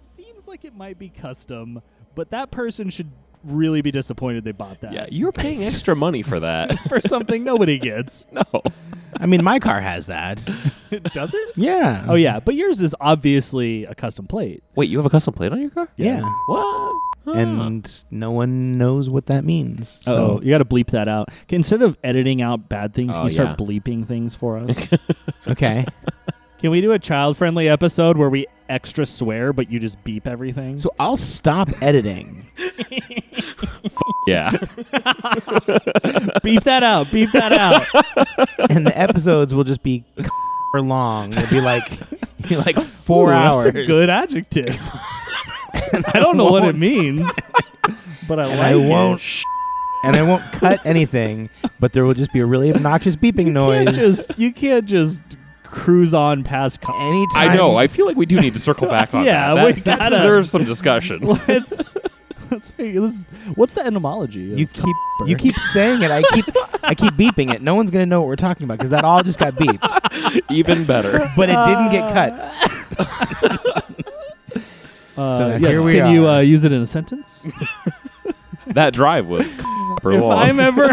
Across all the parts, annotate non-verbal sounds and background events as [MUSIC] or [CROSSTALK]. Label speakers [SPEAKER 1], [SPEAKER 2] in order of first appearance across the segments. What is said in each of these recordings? [SPEAKER 1] feels like it might be custom, but that person should really be disappointed they bought that
[SPEAKER 2] Yeah, you're paying extra money for that.
[SPEAKER 1] [LAUGHS] for something nobody gets.
[SPEAKER 2] no.
[SPEAKER 3] I mean, my car has that.
[SPEAKER 1] Does it?
[SPEAKER 3] Yeah.
[SPEAKER 1] Oh yeah, but yours is obviously a custom plate.
[SPEAKER 2] [LAUGHS] Wait, you have a custom plate on your car?
[SPEAKER 3] yeah.
[SPEAKER 2] Oh. What? Huh.
[SPEAKER 3] And no one knows what that means.
[SPEAKER 1] So
[SPEAKER 3] So
[SPEAKER 1] you got to bleep that out. Okay, instead of editing out bad things,
[SPEAKER 2] Oh,
[SPEAKER 1] can you start
[SPEAKER 2] yeah.
[SPEAKER 1] bleeping things for us?
[SPEAKER 3] okay.
[SPEAKER 1] can we do a child-friendly episode where we extra swear but you just beep everything?
[SPEAKER 3] So I'll stop editing.
[SPEAKER 1] [LAUGHS]
[SPEAKER 2] yeah.
[SPEAKER 1] beep that out. Beep [LAUGHS] that out.
[SPEAKER 3] and the episodes will just be [LAUGHS] or long. It'll be like [LAUGHS] be like four
[SPEAKER 1] Ooh,
[SPEAKER 3] hours.
[SPEAKER 1] That's a good adjective. [LAUGHS] I don't know what it means, but I
[SPEAKER 3] And
[SPEAKER 1] like
[SPEAKER 3] I won't.
[SPEAKER 1] it.
[SPEAKER 3] And I won't cut anything, but there will just be a really obnoxious beeping
[SPEAKER 1] You
[SPEAKER 3] noise.
[SPEAKER 1] can't just you can't just cruise on past.
[SPEAKER 3] [LAUGHS]
[SPEAKER 1] co-
[SPEAKER 3] anytime.
[SPEAKER 2] I know. I feel like we do need to circle back
[SPEAKER 1] [LAUGHS]
[SPEAKER 2] on
[SPEAKER 1] Yeah,
[SPEAKER 2] that. That,
[SPEAKER 1] we
[SPEAKER 2] that
[SPEAKER 1] gotta-
[SPEAKER 2] deserves
[SPEAKER 1] [LAUGHS]
[SPEAKER 2] some discussion.
[SPEAKER 1] let's let's figure this. What's the etymology? Of
[SPEAKER 3] you keep you keep saying it. I keep I keep beeping it. No one's gonna know what we're talking about because that all just got beeped,
[SPEAKER 2] Even better.
[SPEAKER 1] [LAUGHS]
[SPEAKER 3] but it didn't get cut.
[SPEAKER 1] Uh,
[SPEAKER 3] So
[SPEAKER 1] yes,
[SPEAKER 3] here we
[SPEAKER 1] can you
[SPEAKER 3] are.
[SPEAKER 1] uh, use it in a
[SPEAKER 3] [LAUGHS]
[SPEAKER 1] sentence?
[SPEAKER 2] That drive was for
[SPEAKER 1] if
[SPEAKER 2] long.
[SPEAKER 1] I'm ever.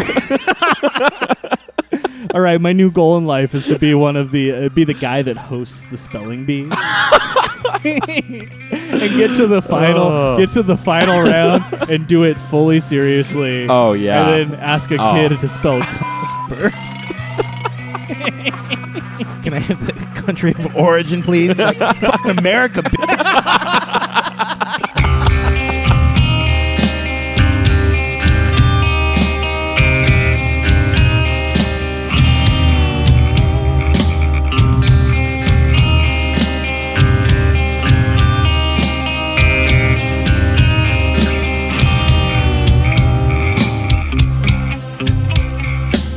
[SPEAKER 1] All right, my new goal in life is to be one of the uh, be the guy that hosts the spelling
[SPEAKER 3] [LAUGHS]
[SPEAKER 1] bee. and get to the final
[SPEAKER 2] Oh.
[SPEAKER 1] get to the final round and do it fully seriously.
[SPEAKER 2] oh yeah.
[SPEAKER 1] And then ask a
[SPEAKER 2] Oh.
[SPEAKER 1] kid to spell
[SPEAKER 3] Can I have the country of origin, please? Like, fuck America. bitch.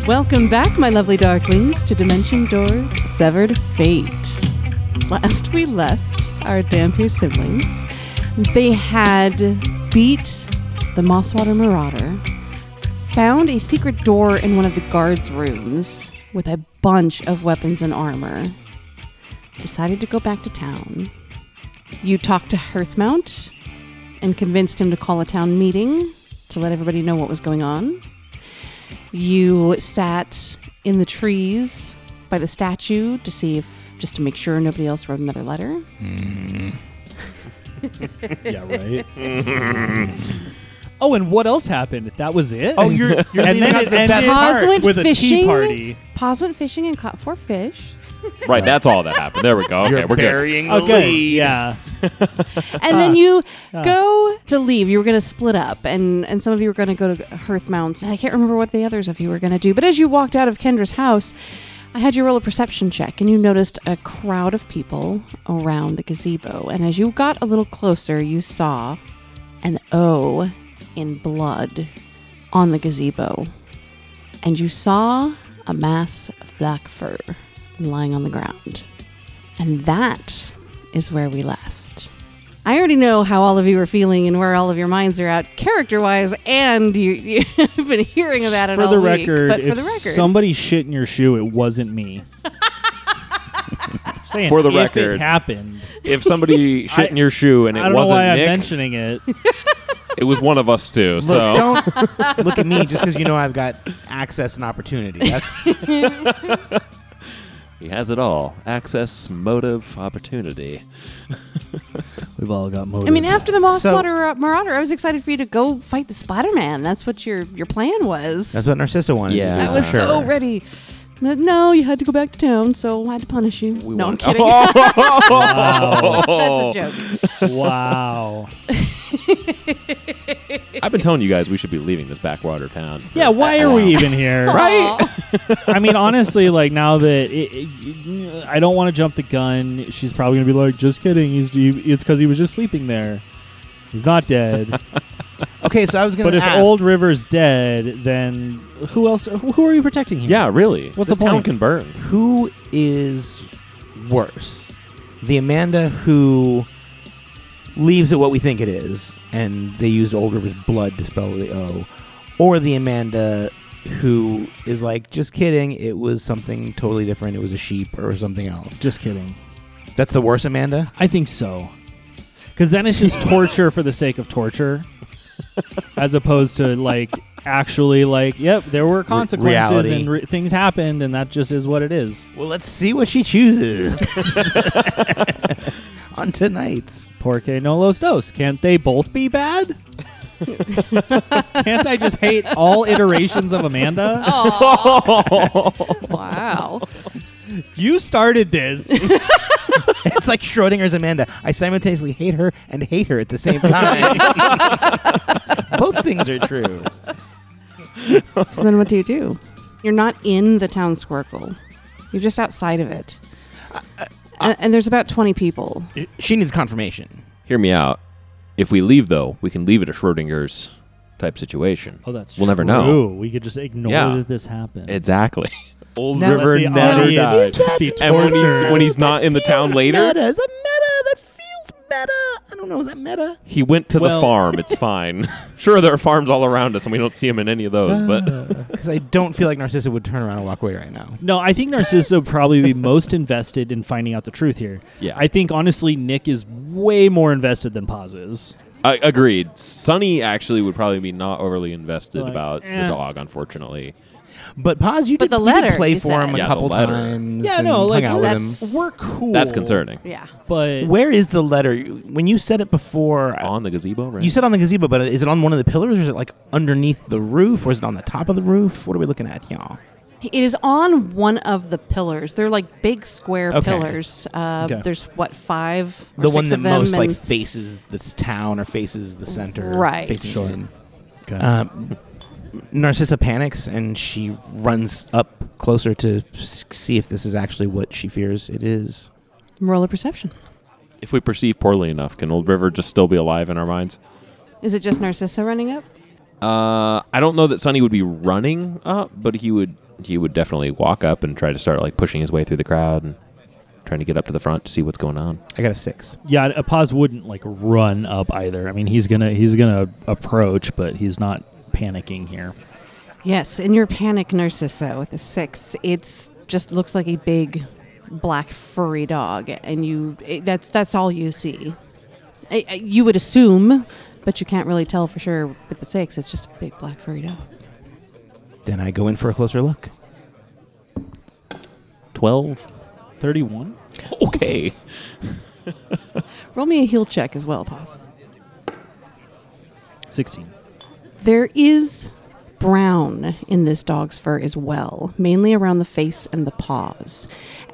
[SPEAKER 4] Welcome back, my lovely darklings, to Dimension Door's Severed Fate. Last we left our Dampier siblings, they had beat the Mosswater Marauder, found a secret door in one of the guards' rooms with a bunch of weapons and armor, decided to go back to town. You talked to Hearthmount and convinced him to call a town meeting to let everybody know what was going on. You sat in the trees by the statue to see if, just to make sure nobody else wrote another letter.
[SPEAKER 1] [LAUGHS] Yeah, right. oh, and what else happened? That was it.
[SPEAKER 3] Oh, you're you're
[SPEAKER 1] and
[SPEAKER 3] leaving
[SPEAKER 1] then
[SPEAKER 3] out
[SPEAKER 1] it
[SPEAKER 3] the best
[SPEAKER 1] ended
[SPEAKER 4] Pause
[SPEAKER 3] part.
[SPEAKER 4] went
[SPEAKER 1] with a tea
[SPEAKER 4] fishing.
[SPEAKER 1] party.
[SPEAKER 4] Paws went fishing and caught four fish.
[SPEAKER 2] [LAUGHS] right, that's all that happened. There we go. Okay, we're good.
[SPEAKER 1] Okay, yeah.
[SPEAKER 4] [LAUGHS] And then you go to leave. You were going to split up, and, and some of you were going to go to Hearth Mount. And I can't remember what the others of you were going to do. But as you walked out of Kendra's house, I had you roll a perception check, and you noticed a crowd of people around the gazebo. And as you got a little closer, you saw an O in blood on the gazebo. And you saw a mass of black fur lying on the ground. And that is where we left. I already know how all of you are feeling and where all of your minds are at character wise, and you, [LAUGHS] you've been hearing about it
[SPEAKER 1] for
[SPEAKER 4] all
[SPEAKER 1] the
[SPEAKER 4] week.
[SPEAKER 1] record,
[SPEAKER 4] but for
[SPEAKER 1] if
[SPEAKER 4] the record,
[SPEAKER 1] somebody shit in your shoe, it wasn't me. [LAUGHS] Saying
[SPEAKER 2] For the
[SPEAKER 1] if
[SPEAKER 2] record.
[SPEAKER 1] it happened.
[SPEAKER 2] [LAUGHS] If somebody shit in your shoe
[SPEAKER 1] [LAUGHS]
[SPEAKER 2] and
[SPEAKER 1] I
[SPEAKER 2] it
[SPEAKER 1] don't know
[SPEAKER 2] wasn't
[SPEAKER 1] why I'm
[SPEAKER 2] Nick,
[SPEAKER 1] mentioning it.
[SPEAKER 2] it was one of us too.
[SPEAKER 3] Look,
[SPEAKER 2] So
[SPEAKER 3] don't look at me just because you know I've got access and opportunity. That's
[SPEAKER 2] He has it all. Access, motive, opportunity.
[SPEAKER 1] We've all [LAUGHS] got motive.
[SPEAKER 4] I mean, after the Moss
[SPEAKER 3] So-
[SPEAKER 4] Marauder, uh, Marauder, I was excited for you to go fight the Spider Man. That's what your your plan was.
[SPEAKER 3] that's what Narcissa wanted.
[SPEAKER 2] Yeah.
[SPEAKER 3] to do,
[SPEAKER 4] I was
[SPEAKER 3] for sure.
[SPEAKER 4] so ready. But no, you had to go back to town, so I had to punish you.
[SPEAKER 2] We
[SPEAKER 4] no,
[SPEAKER 2] won.
[SPEAKER 4] I'm kidding.
[SPEAKER 1] [LAUGHS]
[SPEAKER 2] [LAUGHS] Oh.
[SPEAKER 4] That's a joke.
[SPEAKER 1] wow.
[SPEAKER 2] I've been telling you guys we should be leaving this backwater town.
[SPEAKER 1] Yeah, why are we even here?
[SPEAKER 4] Aw.
[SPEAKER 1] I mean, honestly, like now that it, it, I don't want to jump the gun, she's probably gonna be like, "Just kidding. He's he, it's because he was just sleeping there. He's not
[SPEAKER 3] [LAUGHS]
[SPEAKER 1] dead."
[SPEAKER 3] Okay, so I was gonna.
[SPEAKER 1] but if
[SPEAKER 3] ask,
[SPEAKER 1] old River's dead, then who else? Who, who are you protecting here?
[SPEAKER 2] Yeah, really.
[SPEAKER 1] Hmm. What's
[SPEAKER 2] this
[SPEAKER 1] the
[SPEAKER 2] town
[SPEAKER 1] point?
[SPEAKER 2] can burn.
[SPEAKER 3] who is worse, the Amanda who leaves it what we think it is, and they used Old River's blood to spell the O, or the Amanda who is like, just kidding, it was something totally different. It was a sheep or something else.
[SPEAKER 1] Just kidding.
[SPEAKER 3] That's the worst Amanda.
[SPEAKER 1] I think so. Because then it's just torture for the sake of torture, as opposed to like actually like, yep, there were consequences
[SPEAKER 3] reality.
[SPEAKER 1] and re- things happened, and that just is what it is.
[SPEAKER 3] Well, let's see what she chooses [LAUGHS] on tonight's.
[SPEAKER 1] Porque no los dos. Can't they both be bad? Can't I just hate all iterations of Amanda?
[SPEAKER 4] [LAUGHS] wow.
[SPEAKER 1] You started this.
[SPEAKER 3] [LAUGHS] It's like Schrodinger's Amanda. I simultaneously hate her and hate her at the same [LAUGHS] time. Both things are true.
[SPEAKER 4] So then what do you do? You're not in the town squircle. You're just outside of it. and, and there's about 20 people.
[SPEAKER 3] She needs confirmation.
[SPEAKER 2] Hear me out. If we leave, though, we can leave it a Schrodinger's type situation.
[SPEAKER 1] Oh, that's
[SPEAKER 2] We'll never
[SPEAKER 1] true.
[SPEAKER 2] know.
[SPEAKER 1] We could just ignore
[SPEAKER 2] Yeah.
[SPEAKER 1] that this happened.
[SPEAKER 2] Exactly. [LAUGHS] Old
[SPEAKER 3] Now let
[SPEAKER 2] River
[SPEAKER 1] the
[SPEAKER 2] never
[SPEAKER 1] [LAUGHS]
[SPEAKER 2] died.
[SPEAKER 1] audience be
[SPEAKER 2] And when
[SPEAKER 1] tortured.
[SPEAKER 2] he's, when he's not in the town later,
[SPEAKER 3] Meta. Is that meta? That feels meta. I don't know. Is that meta?
[SPEAKER 2] he went to
[SPEAKER 1] Well-
[SPEAKER 2] the
[SPEAKER 1] [LAUGHS]
[SPEAKER 2] farm. It's fine. [LAUGHS] sure, there are farms all around us, and we don't see him in any of those. But
[SPEAKER 1] Ah.
[SPEAKER 3] Because I don't feel like Narcissa would turn around and walk away right now.
[SPEAKER 1] No, I think Narcissa would probably be most invested in finding out the truth here.
[SPEAKER 2] Yeah.
[SPEAKER 1] I think honestly, Nick is way more invested than Paz is.
[SPEAKER 2] [LAUGHS] I agreed. Sonny actually would probably be not overly invested
[SPEAKER 1] Like,
[SPEAKER 2] about
[SPEAKER 1] eh.
[SPEAKER 2] the dog, unfortunately.
[SPEAKER 3] But pause. You did,
[SPEAKER 4] But the
[SPEAKER 3] you did
[SPEAKER 4] letter,
[SPEAKER 3] play
[SPEAKER 4] you
[SPEAKER 3] for
[SPEAKER 4] said.
[SPEAKER 3] him a
[SPEAKER 2] Yeah, the
[SPEAKER 3] couple
[SPEAKER 2] letter.
[SPEAKER 3] times.
[SPEAKER 1] Yeah,
[SPEAKER 3] and
[SPEAKER 1] no, like
[SPEAKER 3] hung out with him.
[SPEAKER 4] that's-
[SPEAKER 1] we're cool.
[SPEAKER 2] That's concerning.
[SPEAKER 4] Yeah.
[SPEAKER 1] But
[SPEAKER 3] Where is the letter? When you said it before,
[SPEAKER 2] On the gazebo, right?
[SPEAKER 3] you said on the gazebo, but is it on one of the pillars, or is it like underneath the roof, or is it on the top of the roof? What are we looking at, y'all?
[SPEAKER 4] It is on one of the pillars. They're like big square
[SPEAKER 3] Okay.
[SPEAKER 4] pillars. Uh,
[SPEAKER 1] Okay.
[SPEAKER 4] There's what five? Or
[SPEAKER 3] The
[SPEAKER 4] six
[SPEAKER 3] one that
[SPEAKER 4] of them
[SPEAKER 3] most like
[SPEAKER 4] and-
[SPEAKER 3] faces this town or faces the center,
[SPEAKER 4] Right.
[SPEAKER 3] Faces
[SPEAKER 1] Sure.
[SPEAKER 3] in.
[SPEAKER 1] Okay.
[SPEAKER 3] Um, Narcissa panics and she runs up closer to s- see if this is actually what she fears it is.
[SPEAKER 4] roll a perception.
[SPEAKER 2] if we perceive poorly enough, can Old River just still be alive in our minds?
[SPEAKER 4] Is it just Narcissa running up?
[SPEAKER 2] Uh, I don't know that Sonny would be running up, but he would he would definitely walk up and try to start like pushing his way through the crowd and trying to get up to the front to see what's going on.
[SPEAKER 3] I got a six.
[SPEAKER 1] yeah, uh, Paz wouldn't like run up either. I mean, he's gonna he's gonna approach, but he's not panicking here.
[SPEAKER 4] Yes, in your panic, Narcissa, with a six, it's just looks like a big black furry dog, and you it, that's that's all you see. I, I, you would assume, but you can't really tell for sure with the six. It's just a big black furry dog.
[SPEAKER 3] Then I go in for a closer look.
[SPEAKER 2] Twelve.
[SPEAKER 1] Thirty-one.
[SPEAKER 2] Okay.
[SPEAKER 4] Roll me a heel check as well, pause.
[SPEAKER 1] 16.
[SPEAKER 4] There is brown in this dog's fur as well, mainly around the face and the paws.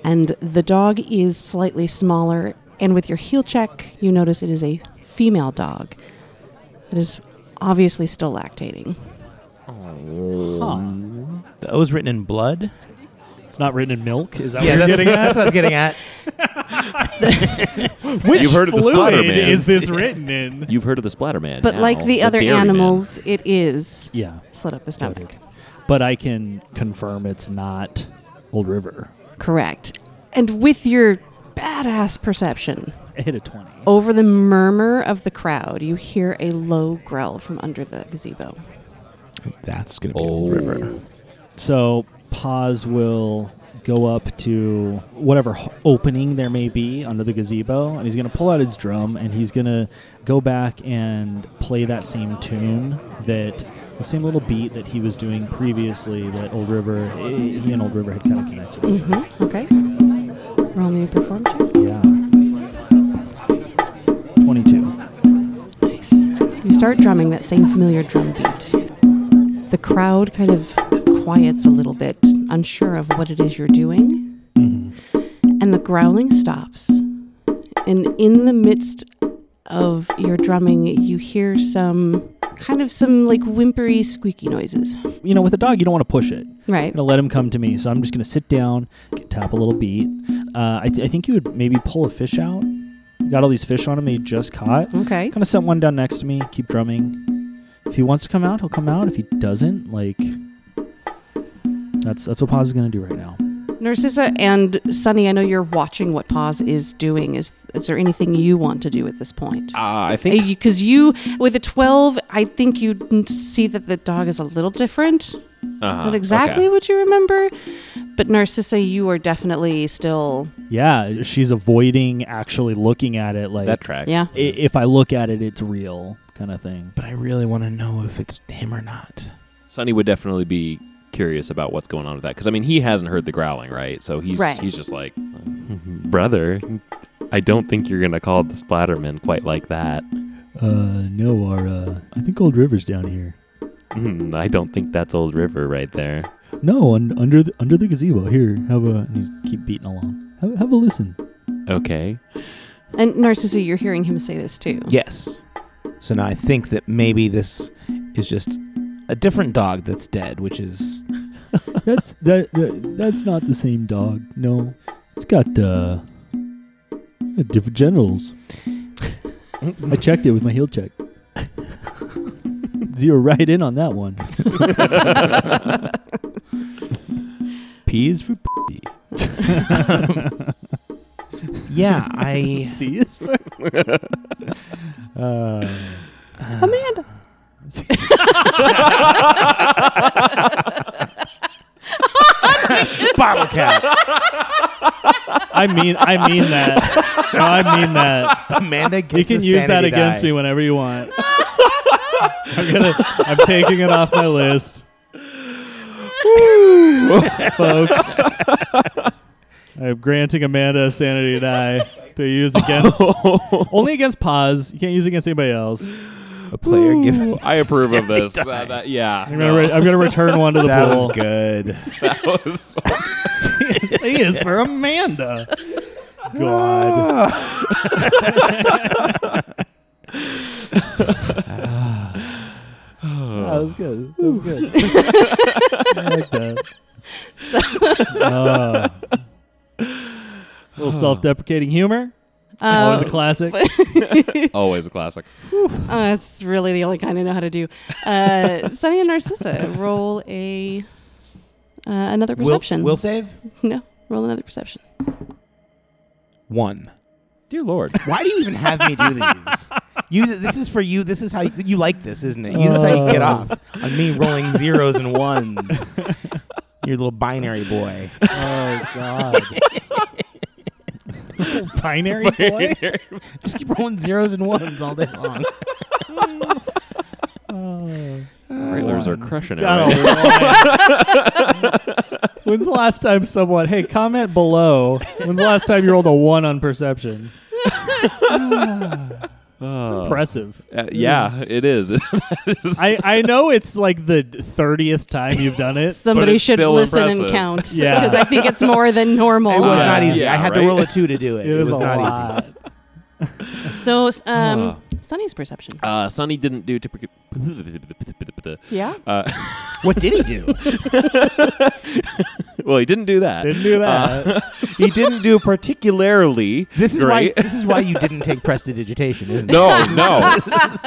[SPEAKER 4] And the dog is slightly smaller, and with your heel check, you notice it is a female dog that is obviously still lactating.
[SPEAKER 1] Huh.
[SPEAKER 3] The O's written in blood.
[SPEAKER 1] It's not written in milk. Is that
[SPEAKER 3] yeah,
[SPEAKER 1] what
[SPEAKER 3] that's,
[SPEAKER 1] you're getting
[SPEAKER 3] [LAUGHS] that's
[SPEAKER 1] at?
[SPEAKER 3] what I was getting
[SPEAKER 1] [LAUGHS]
[SPEAKER 3] at.
[SPEAKER 1] Which
[SPEAKER 2] You've heard of the
[SPEAKER 1] fluid
[SPEAKER 2] Spider-Man.
[SPEAKER 1] is this [LAUGHS] written in?
[SPEAKER 2] You've heard of the Splatter Man,
[SPEAKER 4] But
[SPEAKER 2] now,
[SPEAKER 4] like the other
[SPEAKER 2] Dairy Man.
[SPEAKER 4] animals, it is
[SPEAKER 1] Yeah.
[SPEAKER 4] slit up the stomach.
[SPEAKER 1] But I can confirm it's not Old River.
[SPEAKER 4] Correct. And with your badass perception,
[SPEAKER 1] I hit a 20.
[SPEAKER 4] over the murmur of the crowd, you hear a low growl from under the gazebo.
[SPEAKER 3] That's gonna be
[SPEAKER 2] Oh.
[SPEAKER 3] Old river.
[SPEAKER 1] So Paz will go up to whatever h- opening there may be under the gazebo, and he's going to pull out his drum and he's going to go back and play that same tune that. The same little beat that he was doing previously, that Old River, he and Old River had kind of connected. to.
[SPEAKER 4] Mm-hmm. Okay. Roll me a perform check.
[SPEAKER 1] Yeah. 22.
[SPEAKER 4] Nice. You start drumming that same familiar drum beat. The crowd kind of quiets a little bit, unsure of what it is you're doing,
[SPEAKER 1] Mm-hmm.
[SPEAKER 4] and the growling stops. And in the midst of your drumming, you hear some kind of some like whimpery, squeaky noises.
[SPEAKER 1] You know, with a dog, you don't want to push it.
[SPEAKER 4] Right.
[SPEAKER 1] I'm gonna let him come to me. So I'm just gonna sit down, get- tap a little beat. Uh, I, th- I think you would maybe pull a fish out. Got all these fish on him that he just caught.
[SPEAKER 4] Okay.
[SPEAKER 1] Kind of set one down next to me. Keep drumming. If he wants to come out, he'll come out. If he doesn't, like that's that's what Paz is gonna do right now.
[SPEAKER 4] Narcissa and Sunny, I know you're watching what Paz is doing. Is is there anything you want to do at this point?
[SPEAKER 2] Uh, I think
[SPEAKER 4] Because you, with a 12, I think you n- see that the dog is a little different.
[SPEAKER 2] uh-huh,
[SPEAKER 4] Not exactly
[SPEAKER 2] okay.
[SPEAKER 4] what you remember. But Narcissa, you are definitely still.
[SPEAKER 1] Yeah, she's avoiding actually looking at it. Like,
[SPEAKER 2] that tracks.
[SPEAKER 4] Yeah.
[SPEAKER 1] i- if I look at it, it's real kind of thing.
[SPEAKER 3] But I really want to know if it's him or not.
[SPEAKER 2] Sonny would definitely be curious about what's going on with that because I mean he hasn't heard the growling, right? So he's
[SPEAKER 4] Right.
[SPEAKER 2] he's just like, [LAUGHS] brother, I don't think you're gonna call the Splatterman quite like that.
[SPEAKER 1] Uh, no, our uh, I think Old River's down here.
[SPEAKER 2] Hmm, I don't think that's Old River right there.
[SPEAKER 1] No, un- under the, under the gazebo. Here, have a. And he's keep beating along. Have, have a [LAUGHS] listen.
[SPEAKER 2] Okay.
[SPEAKER 4] And Narcissa, you're hearing him say this
[SPEAKER 2] [LAUGHS]
[SPEAKER 4] too.
[SPEAKER 3] Yes. So now I think that maybe this is just a different dog that's dead, which is
[SPEAKER 1] That's that, that. That's not the same dog. No, it's got uh, different generals. I checked it with my heel [LAUGHS] check. Zero right in on that [LAUGHS] one.
[SPEAKER 3] peas for p. yeah, [LAUGHS] I
[SPEAKER 1] [LAUGHS] C is for. uh,
[SPEAKER 4] Amanda.
[SPEAKER 3] bottle cap.
[SPEAKER 1] I mean, I mean that. No, I mean that.
[SPEAKER 3] Amanda gets
[SPEAKER 1] You can
[SPEAKER 3] a
[SPEAKER 1] use that
[SPEAKER 3] sanity
[SPEAKER 1] against
[SPEAKER 3] die.
[SPEAKER 1] me whenever you want. I'm gonna. I'm taking it off my list, [LAUGHS] folks. I'm granting Amanda a sanity die to use
[SPEAKER 3] [LAUGHS]
[SPEAKER 1] against only against Paz. You can't use against anybody else.
[SPEAKER 3] A player given.
[SPEAKER 2] I approve of this.
[SPEAKER 3] sanity die.
[SPEAKER 2] Uh, [LAUGHS] that, yeah.
[SPEAKER 1] I'm gonna. Re- I'm gonna return one to the
[SPEAKER 3] that
[SPEAKER 1] pool.
[SPEAKER 3] was good.
[SPEAKER 2] [LAUGHS] that was so-
[SPEAKER 1] [LAUGHS] C is for Amanda. God. that was good. That was good. I like that. Uh, a little self-deprecating humor. Always a
[SPEAKER 4] Uh,
[SPEAKER 1] classic.
[SPEAKER 4] [LAUGHS]
[SPEAKER 2] always a classic.
[SPEAKER 4] uh, that's really the only kind I know how to do. Uh, [LAUGHS] Sunny and Narcissa, roll a uh, another
[SPEAKER 3] Will,
[SPEAKER 4] perception.
[SPEAKER 3] will save
[SPEAKER 4] [LAUGHS] no, roll another perception.
[SPEAKER 3] one.
[SPEAKER 2] Dear Lord.
[SPEAKER 3] Why do you even have
[SPEAKER 1] [LAUGHS]
[SPEAKER 3] me do these? You, this is for you. This is how you, you like this, isn't it? You, this is how you get
[SPEAKER 1] Oh.
[SPEAKER 3] off on me rolling zeros and ones.
[SPEAKER 1] [LAUGHS]
[SPEAKER 3] Your little binary boy.
[SPEAKER 1] [LAUGHS] oh God. [LAUGHS] Binary
[SPEAKER 3] [LAUGHS]
[SPEAKER 1] boy.
[SPEAKER 3] Just keep rolling zeros and ones all day [LAUGHS] long.
[SPEAKER 1] Oh.
[SPEAKER 2] Railers are crushing it.
[SPEAKER 1] Got
[SPEAKER 2] right
[SPEAKER 1] a line. When's the last time someone? Hey, comment below. When's the last time you rolled a one on perception?
[SPEAKER 2] now.
[SPEAKER 1] It's
[SPEAKER 2] Oh.
[SPEAKER 1] impressive.
[SPEAKER 2] Uh, yeah, it is.
[SPEAKER 1] I I know it's like the thirtieth time you've done
[SPEAKER 4] [LAUGHS]
[SPEAKER 1] it.
[SPEAKER 4] Somebody
[SPEAKER 2] it's
[SPEAKER 4] should
[SPEAKER 2] still
[SPEAKER 4] listen and
[SPEAKER 2] impressive.
[SPEAKER 4] count
[SPEAKER 1] Yeah.
[SPEAKER 4] because I think it's more
[SPEAKER 2] [LAUGHS]
[SPEAKER 4] than normal.
[SPEAKER 3] It was
[SPEAKER 2] Uh,
[SPEAKER 3] not easy.
[SPEAKER 2] yeah,
[SPEAKER 3] I had
[SPEAKER 2] right?
[SPEAKER 3] to roll a two to do [LAUGHS] it. It,
[SPEAKER 1] is
[SPEAKER 3] was
[SPEAKER 1] a
[SPEAKER 3] not easy.
[SPEAKER 1] lot.
[SPEAKER 4] So, s- um,
[SPEAKER 2] Huh.
[SPEAKER 4] Sunny's perception.
[SPEAKER 2] [LAUGHS] uh, Sonny didn't do typical.
[SPEAKER 4] yeah.
[SPEAKER 2] [LAUGHS] Uh, [LAUGHS]
[SPEAKER 3] What did he do?
[SPEAKER 2] well, he didn't do that.
[SPEAKER 1] Didn't do that.
[SPEAKER 2] he didn't do particularly.
[SPEAKER 3] [LAUGHS] This is
[SPEAKER 2] great.
[SPEAKER 3] why. This is why you didn't take prestidigitation, isn't
[SPEAKER 2] [LAUGHS]
[SPEAKER 3] it?
[SPEAKER 2] No, no.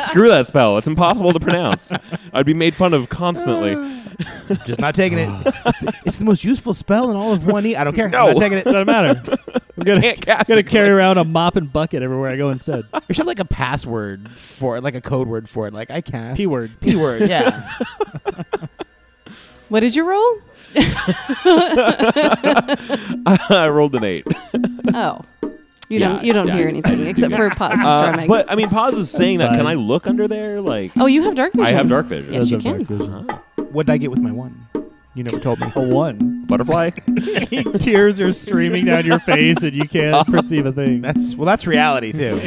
[SPEAKER 2] Screw that spell. It's impossible to pronounce. I'd be made fun of constantly.
[SPEAKER 3] Just not taking [LAUGHS] it. It's, it's the most useful spell in all of one e. I don't care.
[SPEAKER 2] No.
[SPEAKER 3] I'm not taking it.
[SPEAKER 1] Doesn't matter. I'm gonna
[SPEAKER 2] Can't cast
[SPEAKER 1] gonna
[SPEAKER 2] it.
[SPEAKER 1] carry around a mop and bucket everywhere I go instead.
[SPEAKER 3] We should have like a password for it, like a code word for it. Like I cast
[SPEAKER 1] P word.
[SPEAKER 3] P [LAUGHS] word. Yeah.
[SPEAKER 4] What did you
[SPEAKER 2] [LAUGHS]
[SPEAKER 4] roll?
[SPEAKER 2] [LAUGHS] I rolled an eight.
[SPEAKER 4] Oh,
[SPEAKER 2] Yeah,
[SPEAKER 4] you don't you don't
[SPEAKER 2] yeah.
[SPEAKER 4] hear anything except
[SPEAKER 2] [LAUGHS]
[SPEAKER 4] for [LAUGHS] pause
[SPEAKER 2] Uh,
[SPEAKER 4] drumming.
[SPEAKER 2] but I mean, Paz is saying
[SPEAKER 1] That's
[SPEAKER 2] that. Can
[SPEAKER 1] fine.
[SPEAKER 2] I look under there? Like, uh,
[SPEAKER 4] oh, you have dark vision.
[SPEAKER 2] I have dark vision.
[SPEAKER 4] Yes, you
[SPEAKER 1] That's a
[SPEAKER 4] can.
[SPEAKER 1] dark vision.
[SPEAKER 3] what did I get with my one? You never told me.
[SPEAKER 1] A one. [LAUGHS]
[SPEAKER 2] Butterfly.
[SPEAKER 1] Tears are streaming down your face, and you can't perceive a thing.
[SPEAKER 3] That's well. That's reality too.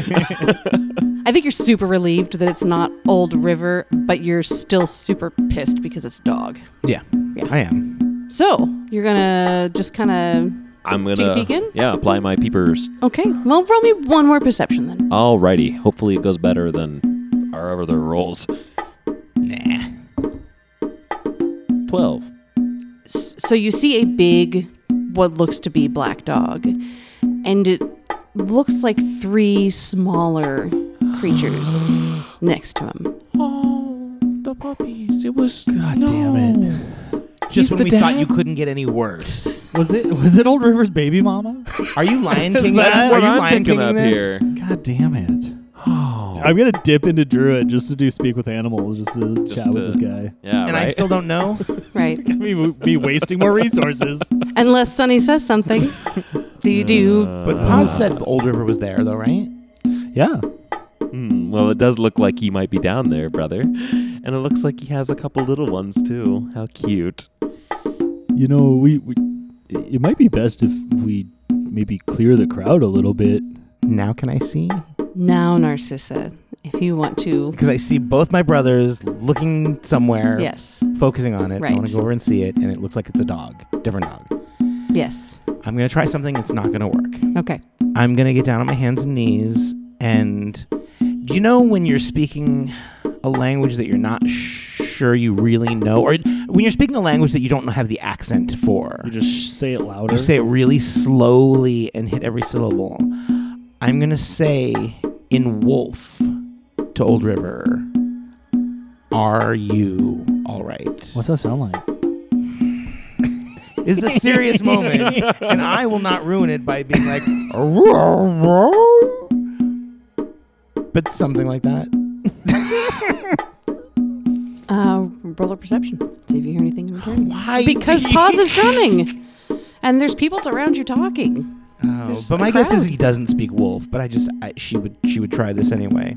[SPEAKER 4] I think you're super relieved that it's not Old River, but you're still super pissed because it's dog.
[SPEAKER 3] [LAUGHS] yeah. I am.
[SPEAKER 4] So you're gonna just kind of
[SPEAKER 2] I'm gonna.
[SPEAKER 4] Take a peek in?
[SPEAKER 2] Yeah, apply my peepers.
[SPEAKER 4] okay. Well, roll me one more perception then.
[SPEAKER 2] Alrighty. Hopefully, it goes better than our other rolls.
[SPEAKER 3] Nah.
[SPEAKER 2] Twelve.
[SPEAKER 4] S- So you see a big, what looks to be black dog, and it looks like three smaller creatures
[SPEAKER 2] [GASPS]
[SPEAKER 4] next to him.
[SPEAKER 2] Oh, the puppies. It was.
[SPEAKER 3] God damn it. Just when we thought you couldn't get any worse.
[SPEAKER 1] Was it was it Old River's baby mama?
[SPEAKER 3] Are you
[SPEAKER 1] [LAUGHS]
[SPEAKER 3] Lion
[SPEAKER 1] Is
[SPEAKER 3] King?
[SPEAKER 1] that
[SPEAKER 3] Are
[SPEAKER 1] what
[SPEAKER 3] you
[SPEAKER 2] I'm
[SPEAKER 3] Lion
[SPEAKER 2] thinking
[SPEAKER 3] King
[SPEAKER 2] of
[SPEAKER 3] this?
[SPEAKER 2] here?
[SPEAKER 1] God damn it!
[SPEAKER 3] Oh,
[SPEAKER 1] I'm gonna dip into Druid just to do speak with animals, just to chat with
[SPEAKER 2] to-
[SPEAKER 1] this guy. [LAUGHS]
[SPEAKER 2] Yeah,
[SPEAKER 3] And I
[SPEAKER 2] right.
[SPEAKER 3] still don't know.
[SPEAKER 4] right?
[SPEAKER 1] Be, be wasting more resources.
[SPEAKER 4] Unless Sunny says
[SPEAKER 2] [LAUGHS]
[SPEAKER 4] something. Do you
[SPEAKER 2] Uh,
[SPEAKER 4] do?
[SPEAKER 3] But
[SPEAKER 1] Uh,
[SPEAKER 3] Paz said Old River was there though, right?
[SPEAKER 1] yeah,
[SPEAKER 2] Hmm, well, it does look like he might be down there, brother. And it looks like he has a couple little ones too. How cute.
[SPEAKER 1] you know we, we it might be best if we maybe clear the crowd a little bit.
[SPEAKER 3] Now can I see?
[SPEAKER 2] Uh,
[SPEAKER 4] Now, Narcissa, if you want to.
[SPEAKER 3] Because I see both my brothers looking somewhere,
[SPEAKER 4] Yes.
[SPEAKER 3] focusing on it. I
[SPEAKER 4] Right.
[SPEAKER 3] want to go over and see it, and it looks like it's a dog, different dog.
[SPEAKER 4] Yes.
[SPEAKER 3] I'm gonna try something. It's not gonna work.
[SPEAKER 4] Okay.
[SPEAKER 3] I'm gonna get down on my hands and knees, and do you know when you're speaking a language that you're not sh- sure you really know, or when you're speaking a language that you don't have the accent for?
[SPEAKER 1] You just say it louder.
[SPEAKER 3] You say it really slowly and hit every syllable. I'm gonna say in wolf to Old River. Are you all right?
[SPEAKER 1] What's that sound
[SPEAKER 2] Oh,
[SPEAKER 1] like?
[SPEAKER 3] This is a serious
[SPEAKER 4] [LAUGHS]
[SPEAKER 3] moment, and I will not ruin it by being like, "Roar, roar," but something like that.
[SPEAKER 4] Uh, roll a perception. See if you hear anything in return.
[SPEAKER 3] Why?
[SPEAKER 4] [LAUGHS] Because
[SPEAKER 3] do you-
[SPEAKER 4] pause is drumming, and there's people around you talking.
[SPEAKER 3] Oh,
[SPEAKER 4] There's
[SPEAKER 3] but
[SPEAKER 4] a
[SPEAKER 3] my guess is
[SPEAKER 4] crowd.
[SPEAKER 3] he doesn't speak wolf. But I just I, she would she would try this anyway.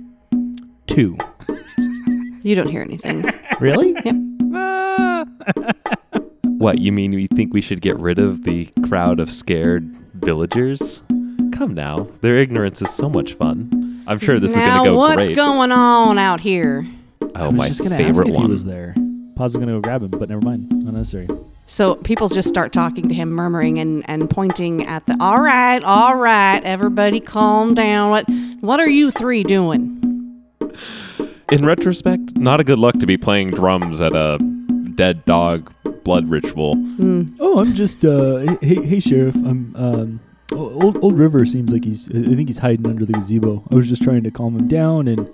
[SPEAKER 3] Two.
[SPEAKER 4] You don't hear anything.
[SPEAKER 3] Really?
[SPEAKER 4] Yep.
[SPEAKER 3] Ah.
[SPEAKER 2] What, you mean you think we should get rid of the crowd of scared villagers? Come now. Their ignorance is so much fun. I'm sure this
[SPEAKER 4] now,
[SPEAKER 2] is going to go
[SPEAKER 4] what's
[SPEAKER 2] great.
[SPEAKER 4] going on out here?
[SPEAKER 1] I
[SPEAKER 2] oh,
[SPEAKER 1] was
[SPEAKER 2] my
[SPEAKER 1] just gonna ask
[SPEAKER 2] favorite
[SPEAKER 1] if
[SPEAKER 2] one.
[SPEAKER 1] he was there. Pause was gonna go grab him, but never mind. Unnecessary.
[SPEAKER 4] So people just start talking to him, murmuring and, and pointing at the. All right, all right, everybody, calm down. What what are you three doing?
[SPEAKER 2] In retrospect, not a good luck to be playing drums at a dead dog blood ritual.
[SPEAKER 4] Hmm.
[SPEAKER 1] Oh, I'm just uh, hey, hey, sheriff. I'm um, o- old old River seems like he's. I think he's hiding under the gazebo. I was just trying to calm him down and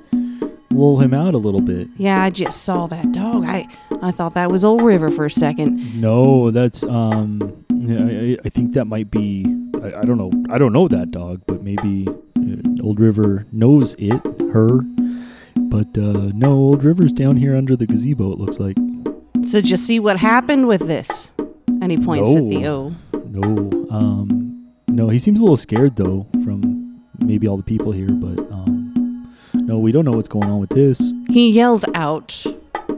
[SPEAKER 1] lull him out a little bit.
[SPEAKER 4] Yeah, I just saw that dog. I I thought that was Old River for a second.
[SPEAKER 1] No, that's um, yeah, I, I- I think that might be. I, I don't know. I don't know that dog, but maybe uh, Old River knows it, her. But uh, no, Old River's down here under the gazebo. It looks like
[SPEAKER 4] So did you see what happened with this? And he points at the
[SPEAKER 1] No.
[SPEAKER 4] O.
[SPEAKER 1] no, um, no. He seems a little scared though from maybe all the people here, but um, no, we don't know what's going on with this.
[SPEAKER 4] He yells out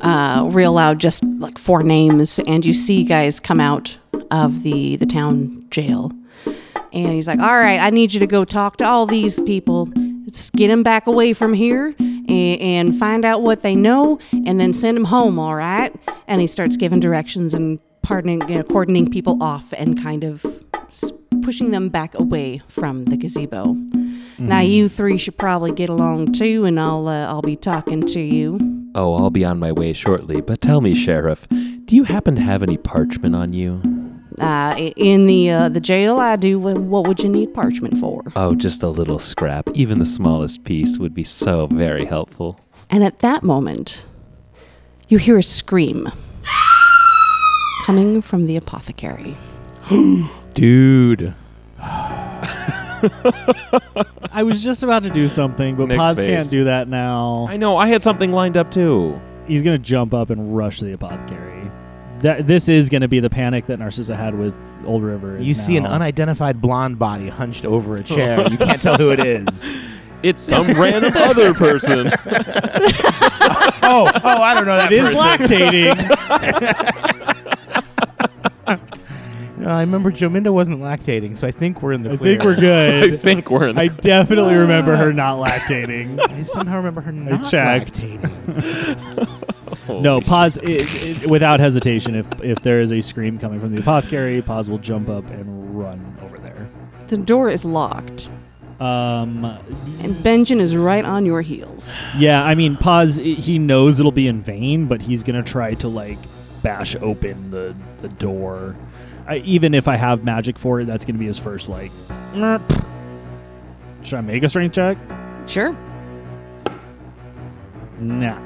[SPEAKER 4] uh, real loud, just like four names, and you see guys come out of the the town jail. And he's like, "All right, I need you to go talk to all these people. Let's get them back away from here and, and find out what they know, and then send them home. All right." And he starts giving directions and pardoning, you know, cordoning people off and kind of s- pushing them back away from the gazebo. Now you three should probably get along too, and I'll uh, I'll be talking to you.
[SPEAKER 2] Oh, I'll be on my way shortly, but tell me, Sheriff, do you happen to have any parchment on you?
[SPEAKER 4] Uh, i- in the uh, the jail, I do. wh- What would you need parchment for?
[SPEAKER 2] Oh, just a little scrap. Even the smallest piece would be so very helpful.
[SPEAKER 4] And at that moment, you hear a scream coming from the apothecary.
[SPEAKER 3] Dude.
[SPEAKER 1] I was just about to do something, but
[SPEAKER 2] Nick's
[SPEAKER 1] Paz
[SPEAKER 2] face.
[SPEAKER 1] can't do that now.
[SPEAKER 2] I know, I had something lined up too.
[SPEAKER 1] He's gonna jump up and rush to the apothecary. That this is gonna be the panic that Narcissa had with Old River. is
[SPEAKER 3] You see an
[SPEAKER 1] now.
[SPEAKER 3] unidentified blonde body hunched over a [LAUGHS] chair. You can't tell who it [LAUGHS] is.
[SPEAKER 2] It's [LAUGHS] some random other person.
[SPEAKER 3] oh, oh, I don't know. That
[SPEAKER 1] It is
[SPEAKER 3] [LAUGHS]
[SPEAKER 1] lactating.
[SPEAKER 3] I remember Jominda wasn't lactating, so I think we're in the
[SPEAKER 1] I
[SPEAKER 3] clear.
[SPEAKER 1] think we're
[SPEAKER 2] I
[SPEAKER 1] good.
[SPEAKER 2] think we're in the
[SPEAKER 1] I definitely remember her not
[SPEAKER 3] [LAUGHS]
[SPEAKER 1] lactating.
[SPEAKER 3] I somehow remember her
[SPEAKER 1] I
[SPEAKER 3] not
[SPEAKER 1] checked.
[SPEAKER 3] lactating.
[SPEAKER 1] no, Paz, it, it, without hesitation, if if there is a scream coming from the apothecary, Paz will jump up and run over there.
[SPEAKER 4] The door is locked,
[SPEAKER 1] Um,
[SPEAKER 4] and Benjamin is right on your heels.
[SPEAKER 1] yeah, I mean, Paz, i- he knows it'll be in vain, but he's gonna try to like bash open the the door. I, even if I have magic for it, that's gonna be his first like. "Merp." Should I make a strength check?
[SPEAKER 4] Sure. [LAUGHS]
[SPEAKER 1] Nah.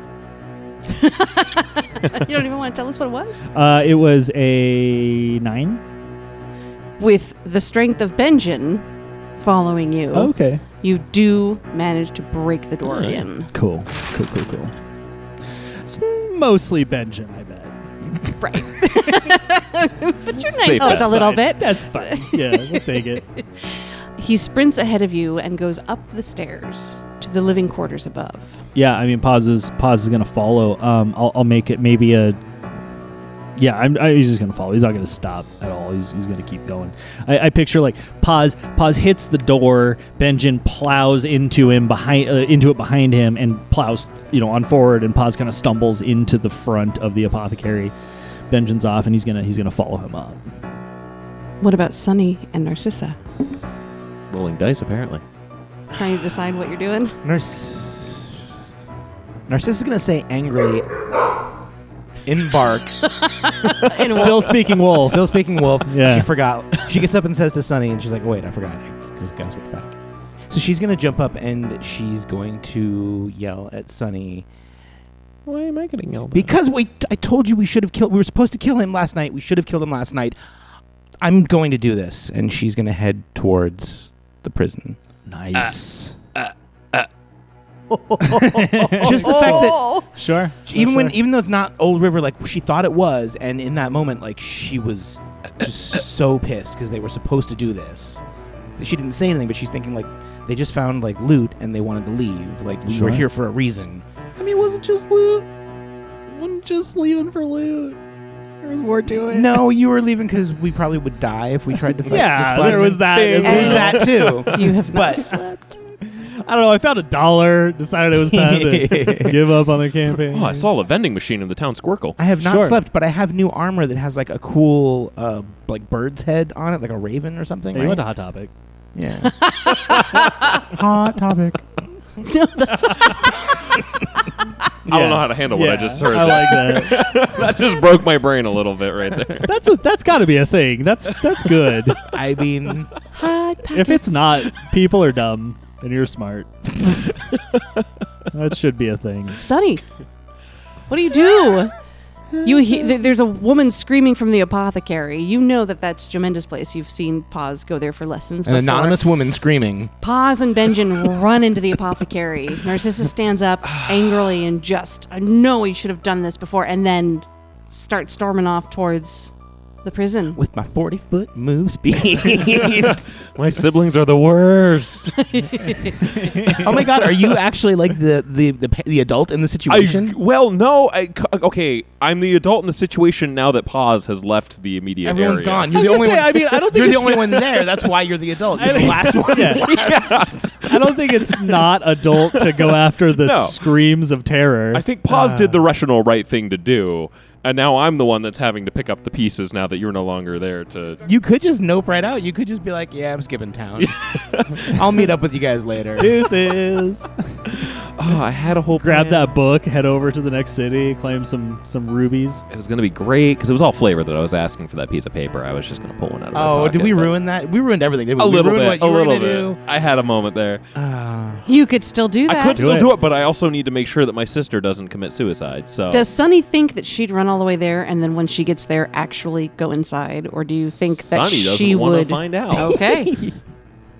[SPEAKER 4] you don't even want to tell us what it was.
[SPEAKER 1] Uh, it was a nine.
[SPEAKER 4] with the strength of Benjin following you,
[SPEAKER 1] Okay.
[SPEAKER 4] you do manage to break the door
[SPEAKER 2] Alright.
[SPEAKER 4] in.
[SPEAKER 1] Cool. Cool, cool, cool. It's mostly Benjamin, I bet.
[SPEAKER 4] Right. but you're
[SPEAKER 2] Safe
[SPEAKER 4] not helped
[SPEAKER 2] bet.
[SPEAKER 4] a little
[SPEAKER 1] Fine.
[SPEAKER 4] bit.
[SPEAKER 1] That's
[SPEAKER 4] [LAUGHS]
[SPEAKER 1] fine. Yeah, we'll take it.
[SPEAKER 4] He sprints ahead of you and goes up the stairs to the living quarters above.
[SPEAKER 1] Yeah, I mean, pause is pause is gonna follow. Um, I'll, I'll make it maybe a. Yeah, I'm. I, he's just gonna follow. He's not gonna stop at all. He's, he's gonna keep going. I, I picture like pause. Pause hits the door. Benjin plows into him behind uh, into it behind him and plows you know on forward and pause kind of stumbles into the front of the apothecary. Benjin's off and he's gonna he's gonna follow him up.
[SPEAKER 4] What about Sunny and Narcissa?
[SPEAKER 2] Rolling dice, apparently.
[SPEAKER 4] Trying to decide what you're doing?
[SPEAKER 3] Narciss- Narcissus is gonna say angrily, "Embark."
[SPEAKER 1] Still speaking
[SPEAKER 3] [LAUGHS]
[SPEAKER 1] wolf.
[SPEAKER 3] Still speaking wolf.
[SPEAKER 1] [LAUGHS] Yeah.
[SPEAKER 3] She forgot. She gets up and says to Sunny, and she's like, "Wait, I forgot. I just gotta switch back." So she's gonna jump up and she's going to yell at Sunny
[SPEAKER 2] Why am I getting yelled
[SPEAKER 3] because we. I told you we should have killed. We were supposed to kill him last night. We should have killed him last night. I'm going to do this, and she's gonna head towards
[SPEAKER 1] [LAUGHS]
[SPEAKER 3] the prison.
[SPEAKER 1] nice.
[SPEAKER 3] Just the fact that
[SPEAKER 1] Oh. sure.
[SPEAKER 3] even when
[SPEAKER 1] Sure.
[SPEAKER 3] even though it's not old river like she thought it was and in that moment like she was just so pissed because they were supposed to do this she didn't say anything but she's thinking like they just found like loot and they wanted to leave like we
[SPEAKER 1] Sure.
[SPEAKER 3] were here for a reason
[SPEAKER 1] I mean, was it just loot? Wasn't just leaving for loot. There was more to it.
[SPEAKER 3] no you were leaving because we probably would die if
[SPEAKER 1] [LAUGHS]
[SPEAKER 3] we tried to fight
[SPEAKER 1] Yeah,
[SPEAKER 3] this
[SPEAKER 1] there was that. as
[SPEAKER 3] there's
[SPEAKER 1] well.
[SPEAKER 3] that too
[SPEAKER 4] [LAUGHS] you have not
[SPEAKER 3] But-
[SPEAKER 4] slept.
[SPEAKER 1] [LAUGHS] I don't know. I found a dollar. Decided it was time to [LAUGHS] give up on the campaign.
[SPEAKER 2] Oh, I saw the vending machine in the town squircle.
[SPEAKER 3] [LAUGHS]
[SPEAKER 2] [LAUGHS]
[SPEAKER 3] I have not
[SPEAKER 1] Sure.
[SPEAKER 3] slept, but I have new armor that has like a cool, uh, like bird's head on it, like a raven or something.
[SPEAKER 1] Hey, you went to
[SPEAKER 3] right?
[SPEAKER 1] Hot Topic.
[SPEAKER 3] yeah.
[SPEAKER 1] [LAUGHS]
[SPEAKER 3] Hot topic.
[SPEAKER 2] I don't know how to handle what I just heard.
[SPEAKER 1] I like that.
[SPEAKER 2] [LAUGHS] that just broke my brain a little bit right there.
[SPEAKER 1] That's a, that's got to be a thing. That's that's good.
[SPEAKER 3] I mean,
[SPEAKER 4] Hot
[SPEAKER 1] if it's not, people are dumb and you're
[SPEAKER 2] [LAUGHS]
[SPEAKER 1] smart. that should be a thing.
[SPEAKER 4] Sunny, what do you do? You he- th- there's a woman screaming from the apothecary. You know that that's Jemenda's place. You've seen Paz go there for lessons.
[SPEAKER 3] an
[SPEAKER 4] before.
[SPEAKER 3] anonymous woman screaming.
[SPEAKER 4] Paz and Benjin run into the apothecary. Narcissa stands up angrily and just, I know he should have done this before, and then starts storming off towards the prison.
[SPEAKER 3] with my 40 foot
[SPEAKER 1] [LAUGHS]
[SPEAKER 3] move speed.
[SPEAKER 2] My siblings are the
[SPEAKER 3] [LAUGHS]
[SPEAKER 2] worst.
[SPEAKER 3] oh my god, are you actually like the the the, pa- the adult in the situation?
[SPEAKER 2] well, no. I, c- okay, I'm the adult in the situation now that Paz has left the immediate
[SPEAKER 3] Everyone's
[SPEAKER 2] area.
[SPEAKER 3] gone. You're the
[SPEAKER 1] was
[SPEAKER 3] only
[SPEAKER 1] gonna say,
[SPEAKER 3] one.
[SPEAKER 1] I mean, I don't think
[SPEAKER 3] you're the
[SPEAKER 1] it's-
[SPEAKER 2] [LAUGHS]
[SPEAKER 3] only one there. That's why you're the adult. You're
[SPEAKER 1] [LAUGHS]
[SPEAKER 3] the
[SPEAKER 1] mean-
[SPEAKER 3] last one.
[SPEAKER 1] Yeah. I don't think it's not adult to go after the
[SPEAKER 2] No.
[SPEAKER 1] screams of terror.
[SPEAKER 2] I think Paz did the
[SPEAKER 3] Ah.
[SPEAKER 2] rational right thing to do, and now I'm the one that's having to pick up the pieces now that you're no longer there to
[SPEAKER 3] You could just nope right out. You could just be like, "Yeah, I'm skipping [LAUGHS] town. I'll meet up with you guys
[SPEAKER 2] [LAUGHS]
[SPEAKER 3] later."
[SPEAKER 1] Deuces.
[SPEAKER 2] Oh,
[SPEAKER 3] Ah,
[SPEAKER 2] I had a whole
[SPEAKER 1] Grab that book, head over to the next city, claim some some rubies.
[SPEAKER 2] It was gonna be great because it was all flavor that I was asking for that piece of paper. I was just gonna pull one out of. my
[SPEAKER 3] Oh,
[SPEAKER 2] pocket,
[SPEAKER 3] did we
[SPEAKER 2] but-
[SPEAKER 3] ruin that? We ruined everything. Did we?
[SPEAKER 2] a
[SPEAKER 3] We
[SPEAKER 2] little
[SPEAKER 3] ruined
[SPEAKER 2] bit?
[SPEAKER 3] What
[SPEAKER 2] A
[SPEAKER 3] you were
[SPEAKER 2] little bit.
[SPEAKER 3] gonna
[SPEAKER 2] I had a moment there.
[SPEAKER 3] do? Ah.
[SPEAKER 4] You could still do
[SPEAKER 2] I
[SPEAKER 4] that.
[SPEAKER 2] could
[SPEAKER 1] Do
[SPEAKER 2] still
[SPEAKER 1] it.
[SPEAKER 2] do it, but I also need to make sure that my sister doesn't commit suicide. So
[SPEAKER 4] Does Sunny think that she'd run all the way there and then when she gets there actually go inside? Or do you think that
[SPEAKER 2] Sonny doesn't
[SPEAKER 4] she
[SPEAKER 2] wanna
[SPEAKER 4] would
[SPEAKER 2] find out. [LAUGHS]
[SPEAKER 4] [LAUGHS] Okay.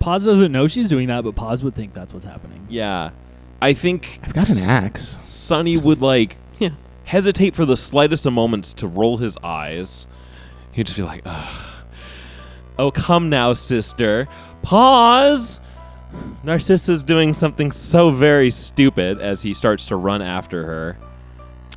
[SPEAKER 1] Paz doesn't know she's doing that, but Paz would think that's what's happening.
[SPEAKER 2] Yeah, I think
[SPEAKER 3] I've got an axe.
[SPEAKER 2] Sonny would like
[SPEAKER 4] yeah.
[SPEAKER 2] hesitate for the slightest of moments to roll his eyes. He'd just be like, Ugh. "Oh, come now, sister. Pause." Narcissa's doing something so very stupid as he starts to run after her.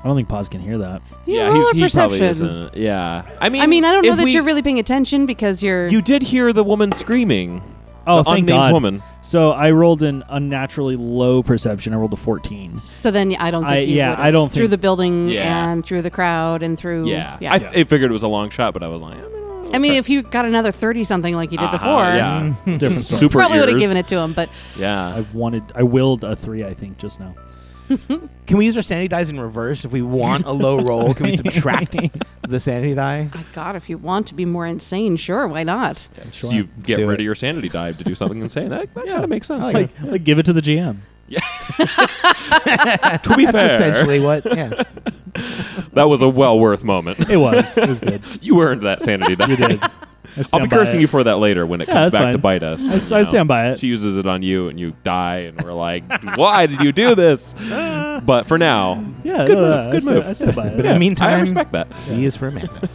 [SPEAKER 1] I don't think Paz can hear that.
[SPEAKER 4] You roll a perception.
[SPEAKER 2] isn't. Yeah, I mean,
[SPEAKER 4] I mean, I don't know
[SPEAKER 2] if
[SPEAKER 4] that
[SPEAKER 2] we-
[SPEAKER 4] you're really paying attention because you're
[SPEAKER 2] You did hear the woman screaming.
[SPEAKER 1] Oh,
[SPEAKER 2] the
[SPEAKER 1] thank
[SPEAKER 2] unnamed
[SPEAKER 1] God.
[SPEAKER 2] woman.
[SPEAKER 1] So I rolled an unnaturally low perception. I rolled a 14.
[SPEAKER 4] so then I don't think
[SPEAKER 1] I-
[SPEAKER 4] you
[SPEAKER 1] yeah,
[SPEAKER 4] would've.
[SPEAKER 1] I don't
[SPEAKER 4] through
[SPEAKER 1] think-
[SPEAKER 4] the building
[SPEAKER 2] Yeah.
[SPEAKER 4] and through the crowd and through
[SPEAKER 2] Yeah,
[SPEAKER 4] yeah.
[SPEAKER 2] I,
[SPEAKER 1] Yeah.
[SPEAKER 2] I figured it was a long shot, but I was like,
[SPEAKER 4] I mean, if you got another thirty something like you did
[SPEAKER 2] Uh-huh,
[SPEAKER 4] before,
[SPEAKER 2] yeah,
[SPEAKER 4] [LAUGHS]
[SPEAKER 1] Different story.
[SPEAKER 2] super.
[SPEAKER 4] probably would have
[SPEAKER 2] ears.
[SPEAKER 4] given it to him. But
[SPEAKER 1] I
[SPEAKER 2] Yeah,
[SPEAKER 1] wanted, I willed a three, I think, just now.
[SPEAKER 3] Can we use our sanity dies in reverse if we want a low roll? Can [LAUGHS] we subtract the sanity die?
[SPEAKER 4] my God, if you want to be more insane, sure, why not?
[SPEAKER 1] Sure.
[SPEAKER 2] you get
[SPEAKER 3] do
[SPEAKER 2] rid
[SPEAKER 3] it.
[SPEAKER 2] of your sanity dive to do something insane. That, that kind of makes sense.
[SPEAKER 1] It's like, like, give it to the GM.
[SPEAKER 2] to be
[SPEAKER 3] That's essentially what. [LAUGHS] Yeah.
[SPEAKER 2] that was a well worth
[SPEAKER 1] [LAUGHS]
[SPEAKER 2] moment.
[SPEAKER 1] It was. It was good.
[SPEAKER 2] [LAUGHS] you earned that sanity dive.
[SPEAKER 1] You did. That's
[SPEAKER 2] [LAUGHS] I'll be
[SPEAKER 1] down by
[SPEAKER 2] cursing
[SPEAKER 1] it.
[SPEAKER 2] you for that later when it
[SPEAKER 1] Yeah, that's
[SPEAKER 2] comes back
[SPEAKER 1] fine.
[SPEAKER 2] to bite us.
[SPEAKER 1] I,
[SPEAKER 2] you
[SPEAKER 1] s- I
[SPEAKER 2] know.
[SPEAKER 1] stand by it.
[SPEAKER 2] She uses it on you, and you die, and we're like, "Why did you do this?"
[SPEAKER 1] [LAUGHS]
[SPEAKER 2] But for now,
[SPEAKER 1] yeah,
[SPEAKER 2] good
[SPEAKER 1] no, no,
[SPEAKER 2] move,
[SPEAKER 1] Uh, I
[SPEAKER 2] good
[SPEAKER 1] stand-
[SPEAKER 2] move.
[SPEAKER 1] I stand by it.
[SPEAKER 3] But in the
[SPEAKER 2] [LAUGHS] Yeah,
[SPEAKER 3] meantime-
[SPEAKER 2] I respect that.
[SPEAKER 3] C is for Amanda.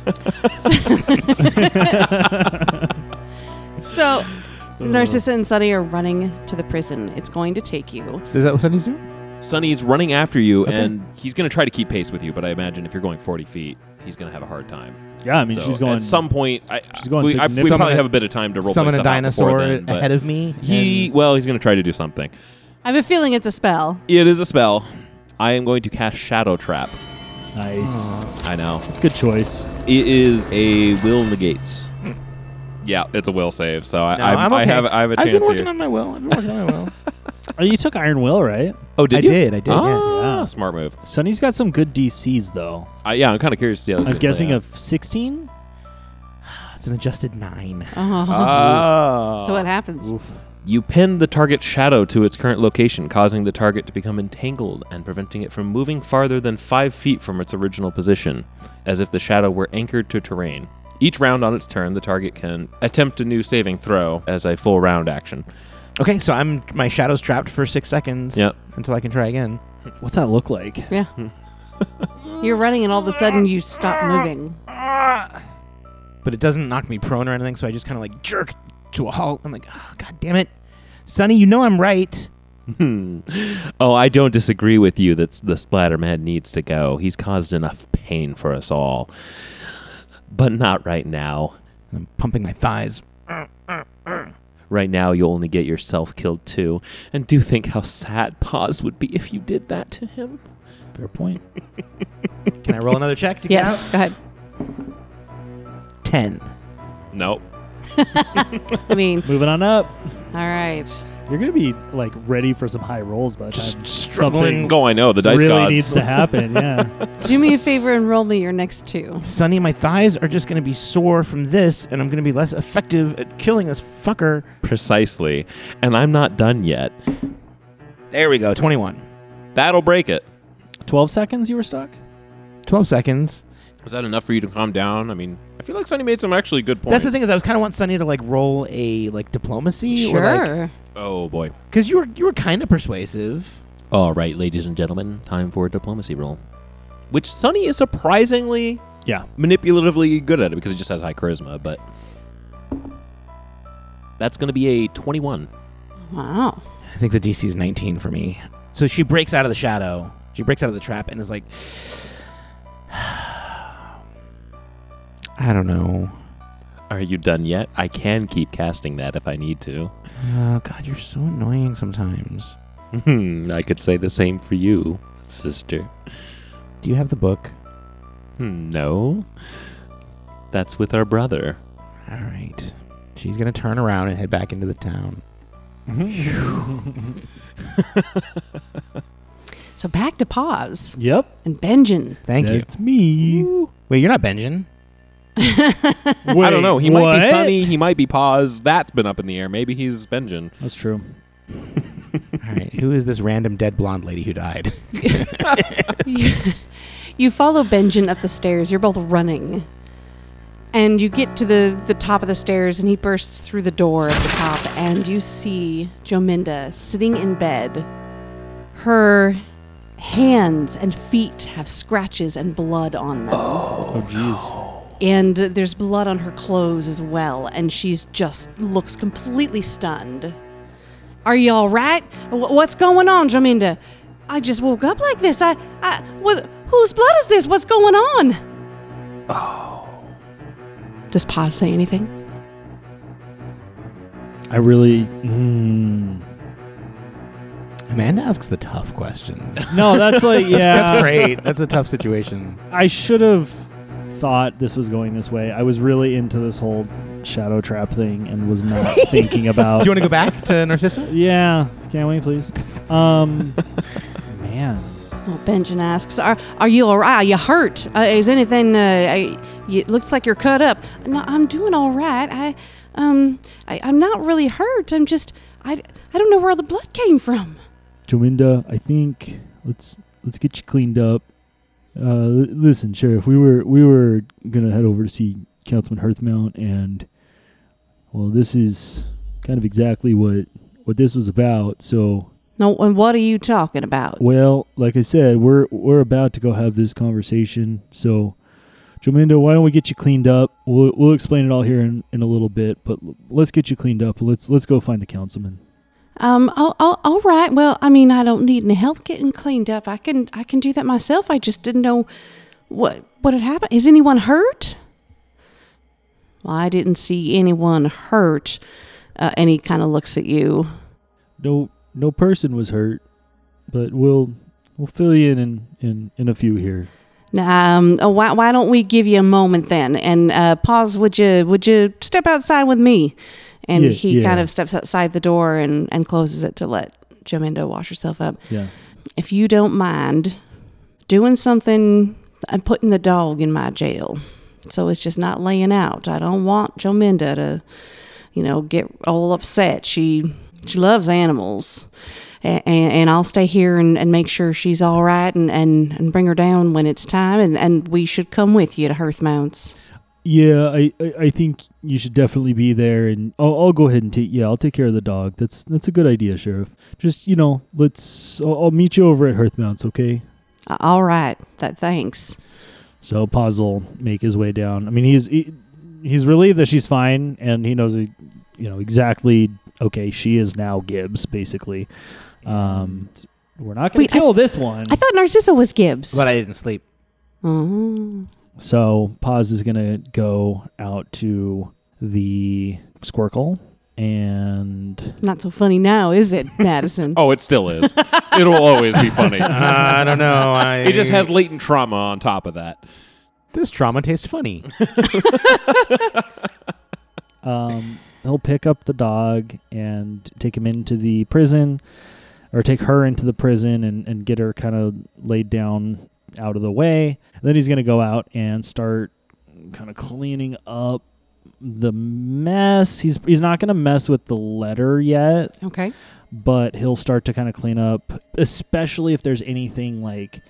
[SPEAKER 2] [LAUGHS]
[SPEAKER 4] So, Narcissa and Sunny are running to the prison. It's going to take you.
[SPEAKER 3] is that what Sunny's doing?
[SPEAKER 2] Sonny's running after you,
[SPEAKER 3] Okay.
[SPEAKER 2] and he's going to try to keep pace with you. But I imagine if you're going 40 feet, he's going to have a hard time.
[SPEAKER 1] Yeah, I mean,
[SPEAKER 2] So
[SPEAKER 1] she's going.
[SPEAKER 2] at some point. I,
[SPEAKER 1] she's going
[SPEAKER 2] We, I, we
[SPEAKER 1] significant-
[SPEAKER 2] probably have a bit of time to roll
[SPEAKER 3] Summon a dinosaur
[SPEAKER 2] Then, but
[SPEAKER 3] ahead of me.
[SPEAKER 2] he,
[SPEAKER 3] and-
[SPEAKER 2] well, he's going to try to do something.
[SPEAKER 4] I have a feeling it's a spell.
[SPEAKER 2] It is a spell. I am going to cast Shadow Trap. [SIGHS]
[SPEAKER 1] nice.
[SPEAKER 2] I know.
[SPEAKER 1] It's a good choice.
[SPEAKER 2] It is a will negates. yeah, it's a will save. So I,
[SPEAKER 3] No,
[SPEAKER 2] I,
[SPEAKER 3] I'm
[SPEAKER 2] I
[SPEAKER 3] okay.
[SPEAKER 2] have I have a
[SPEAKER 3] I've
[SPEAKER 2] chance
[SPEAKER 3] been working
[SPEAKER 2] here.
[SPEAKER 3] on my will. I've been working on my [LAUGHS] will.
[SPEAKER 1] Oh, you took Iron Will, right?
[SPEAKER 2] oh, did
[SPEAKER 3] I
[SPEAKER 2] you?
[SPEAKER 3] did, I did, yeah.
[SPEAKER 2] Ah,
[SPEAKER 1] Yeah.
[SPEAKER 2] smart move.
[SPEAKER 1] Sonny's got some good DCs though.
[SPEAKER 2] I, yeah, I'm kind of curious to see how this is
[SPEAKER 1] I'm
[SPEAKER 2] gonna play
[SPEAKER 1] guessing
[SPEAKER 2] out.
[SPEAKER 1] of 16.
[SPEAKER 3] It's an adjusted nine.
[SPEAKER 4] Oh.
[SPEAKER 2] Ah.
[SPEAKER 4] so what happens?
[SPEAKER 2] You pin the target shadow to its current location, causing the target to become entangled and preventing it from moving farther than five feet from its original position, as if the shadow were anchored to terrain. Each round on its turn, the target can attempt a new saving throw as a full round action. [LAUGHS]
[SPEAKER 3] Okay, so I'm my shadow's trapped for six seconds.
[SPEAKER 2] Yep.
[SPEAKER 3] Until I can try again.
[SPEAKER 1] What's that look like?
[SPEAKER 4] Yeah. You're running, and all of a sudden you stop moving. Ah.
[SPEAKER 3] But it doesn't knock me prone or anything, so I just kind of like jerk to a halt. I'm like, oh, god damn it, Sonny, you know I'm right.
[SPEAKER 2] oh, I don't disagree with you that s- the Splatterman needs to go. He's caused enough pain for us all. But not right now.
[SPEAKER 3] And I'm pumping my thighs.
[SPEAKER 2] Right now, you'll only get yourself killed too. And do think how sad Paws would be if you did that to him.
[SPEAKER 1] Fair point.
[SPEAKER 3] Can I roll another check? To get
[SPEAKER 4] Yes,
[SPEAKER 3] out?
[SPEAKER 4] go ahead.
[SPEAKER 3] Ten.
[SPEAKER 2] Nope.
[SPEAKER 4] I mean, [LAUGHS]
[SPEAKER 1] Moving on up.
[SPEAKER 4] all right.
[SPEAKER 1] You're gonna be like ready for some high rolls, but
[SPEAKER 3] Just
[SPEAKER 1] something
[SPEAKER 3] struggling.
[SPEAKER 2] Oh, I know the dice
[SPEAKER 1] really
[SPEAKER 2] gods.
[SPEAKER 1] needs to happen. Yeah. [LAUGHS]
[SPEAKER 4] Do me a favor and roll me your next two.
[SPEAKER 3] Sonny, my thighs are just going to be sore from this, and I'm going to be less effective at killing this fucker.
[SPEAKER 2] Precisely, and I'm not done yet.
[SPEAKER 3] There we go. 21.
[SPEAKER 2] That'll break it.
[SPEAKER 1] 12 seconds. You were stuck.
[SPEAKER 3] 12 seconds.
[SPEAKER 2] Was that enough for you to calm down? I mean, I feel like Sonny made some actually good points.
[SPEAKER 3] That's the thing is, I was kind of want Sonny to like roll a like diplomacy, or, like,
[SPEAKER 4] Sure.
[SPEAKER 2] Oh boy.
[SPEAKER 3] because you were you were kind of persuasive.
[SPEAKER 2] All right, ladies and gentlemen, time for a diplomacy roll, which Sonny is surprisingly
[SPEAKER 1] Yeah.
[SPEAKER 2] manipulatively good at it because he just has high charisma. But that's going to be a twenty-one.
[SPEAKER 4] Wow.
[SPEAKER 3] I think the DC is 19 for me. So she breaks out of the shadow. She breaks out of the trap and is like, [SIGHS] I don't know.
[SPEAKER 2] Are you done yet? I can keep casting that if I need to.
[SPEAKER 3] Oh God, you're so annoying sometimes.
[SPEAKER 2] Hmm, I could say the same for you, sister.
[SPEAKER 3] Do you have the book?
[SPEAKER 2] Hmm, No. That's with our brother. [LAUGHS]
[SPEAKER 3] All right. She's gonna turn around and head back into the town.
[SPEAKER 1] Mm-hmm.
[SPEAKER 4] So back to pause
[SPEAKER 1] Yep.
[SPEAKER 4] and [LAUGHS] Benjin.
[SPEAKER 3] Thank you.
[SPEAKER 1] That's me.
[SPEAKER 3] Wait, you're not Benjin.
[SPEAKER 2] I don't know. He might be
[SPEAKER 1] what?
[SPEAKER 2] Sunny. He might be Paws. That's been up in the air. Maybe he's Benjin.
[SPEAKER 1] That's true.
[SPEAKER 3] All right. Who is this random dead blonde lady who died?
[SPEAKER 4] you, you follow Benjin up the stairs. You're both running. And you get to the, the top of the stairs, and he bursts through the door at the top, and you see Jominda sitting in bed. Her hands and feet have scratches and blood on them.
[SPEAKER 1] Oh, jeez.
[SPEAKER 4] And there's blood on her clothes as well, and she's just looks completely stunned. Are you all right? Wh- what's going on, Jaminda? I just woke up like this. I, I, what, whose blood is this? What's going on? Oh. Does Pa say anything?
[SPEAKER 1] I really. Mm.
[SPEAKER 3] Amanda asks the tough questions.
[SPEAKER 1] No, [LAUGHS] that's like yeah.
[SPEAKER 3] That's [LAUGHS] great. That's a tough situation.
[SPEAKER 1] I should have thought this was going this way. I was really into this whole shadow trap thing and was [LAUGHS] not thinking about.
[SPEAKER 3] Do you want to go back to Narcissa?
[SPEAKER 1] yeah, can we please? Um, [LAUGHS] man,
[SPEAKER 4] Oh, Benjamin asks, "Are are you all right? Are you hurt? Uh, is anything? Uh, I, you, it looks like you're cut up." No, I'm doing all right. I, um, I, I'm not really hurt. I'm just, I, I don't know where all the blood came from.
[SPEAKER 1] Jominda, I think let's let's get you cleaned up. Uh, l- listen, Sheriff, we were we were gonna head over to see Councilman Hearthmount, and well, this is kind of exactly what what this was about. So,
[SPEAKER 4] No, and what are you talking about?
[SPEAKER 1] well, like I said, we're we're about to go have this conversation. So, Jominda, why don't we get you cleaned up? We'll we'll explain it all here in, in a little bit, but l- let's get you cleaned up. Let's let's go find the councilman.
[SPEAKER 4] Um, all, all, all right. Well, I mean, I don't need any help getting cleaned up. I can, I can do that myself. I just didn't know what, what had happened. Is anyone hurt? Well, I didn't see anyone hurt. Uh, and he kind of looks at you.
[SPEAKER 1] No no person was hurt, but we'll we'll fill you in in in, in a few here.
[SPEAKER 4] Um, oh, why, why don't we give you a moment then? And uh, pause. Would you, would you step outside with me? And
[SPEAKER 1] Yeah,
[SPEAKER 4] he
[SPEAKER 1] yeah.
[SPEAKER 4] kind of steps outside the door and, and closes it to let Jominda wash herself up.
[SPEAKER 1] Yeah.
[SPEAKER 4] if you don't mind doing something and putting the dog in my jail so it's just not laying out i don't want jominda to you know get all upset she she loves animals and, and, and i'll stay here and, and make sure she's all right and, and, and bring her down when it's time and, and we should come with you to hearth mounts
[SPEAKER 1] Yeah, I, I, I think you should definitely be there, and I'll, I'll go ahead and take yeah, I'll take care of the dog. That's that's a good idea, Sheriff. Just you know, let's I'll, I'll meet you over at Hearthmounts, okay?
[SPEAKER 4] Uh, all right that thanks
[SPEAKER 1] So Puzzle make his way down. I mean, he's he, he's relieved that she's fine, and he knows you know exactly. Okay, she is now Gibbs, basically. Um, we're not gonna
[SPEAKER 4] Wait, I-
[SPEAKER 1] kill this one.
[SPEAKER 4] i thought narciso was gibbs
[SPEAKER 3] But I didn't sleep.
[SPEAKER 4] oh.
[SPEAKER 1] So Paz is gonna go out to the Squircle and.
[SPEAKER 4] not so funny now is it madison
[SPEAKER 2] Oh, it still is. It'll always be funny.
[SPEAKER 4] [LAUGHS]
[SPEAKER 3] I don't know. I,
[SPEAKER 2] It just has latent trauma on top of that.
[SPEAKER 3] this trauma tastes funny.
[SPEAKER 1] Um, he'll pick up the dog and take him into the prison, or take her into the prison and, and get her kind of laid down out of the way. then he's going to go out and start kind of cleaning up the mess. He's, he's not going to mess with the letter yet,
[SPEAKER 4] okay
[SPEAKER 1] but he'll start to kind of clean up, especially if there's anything like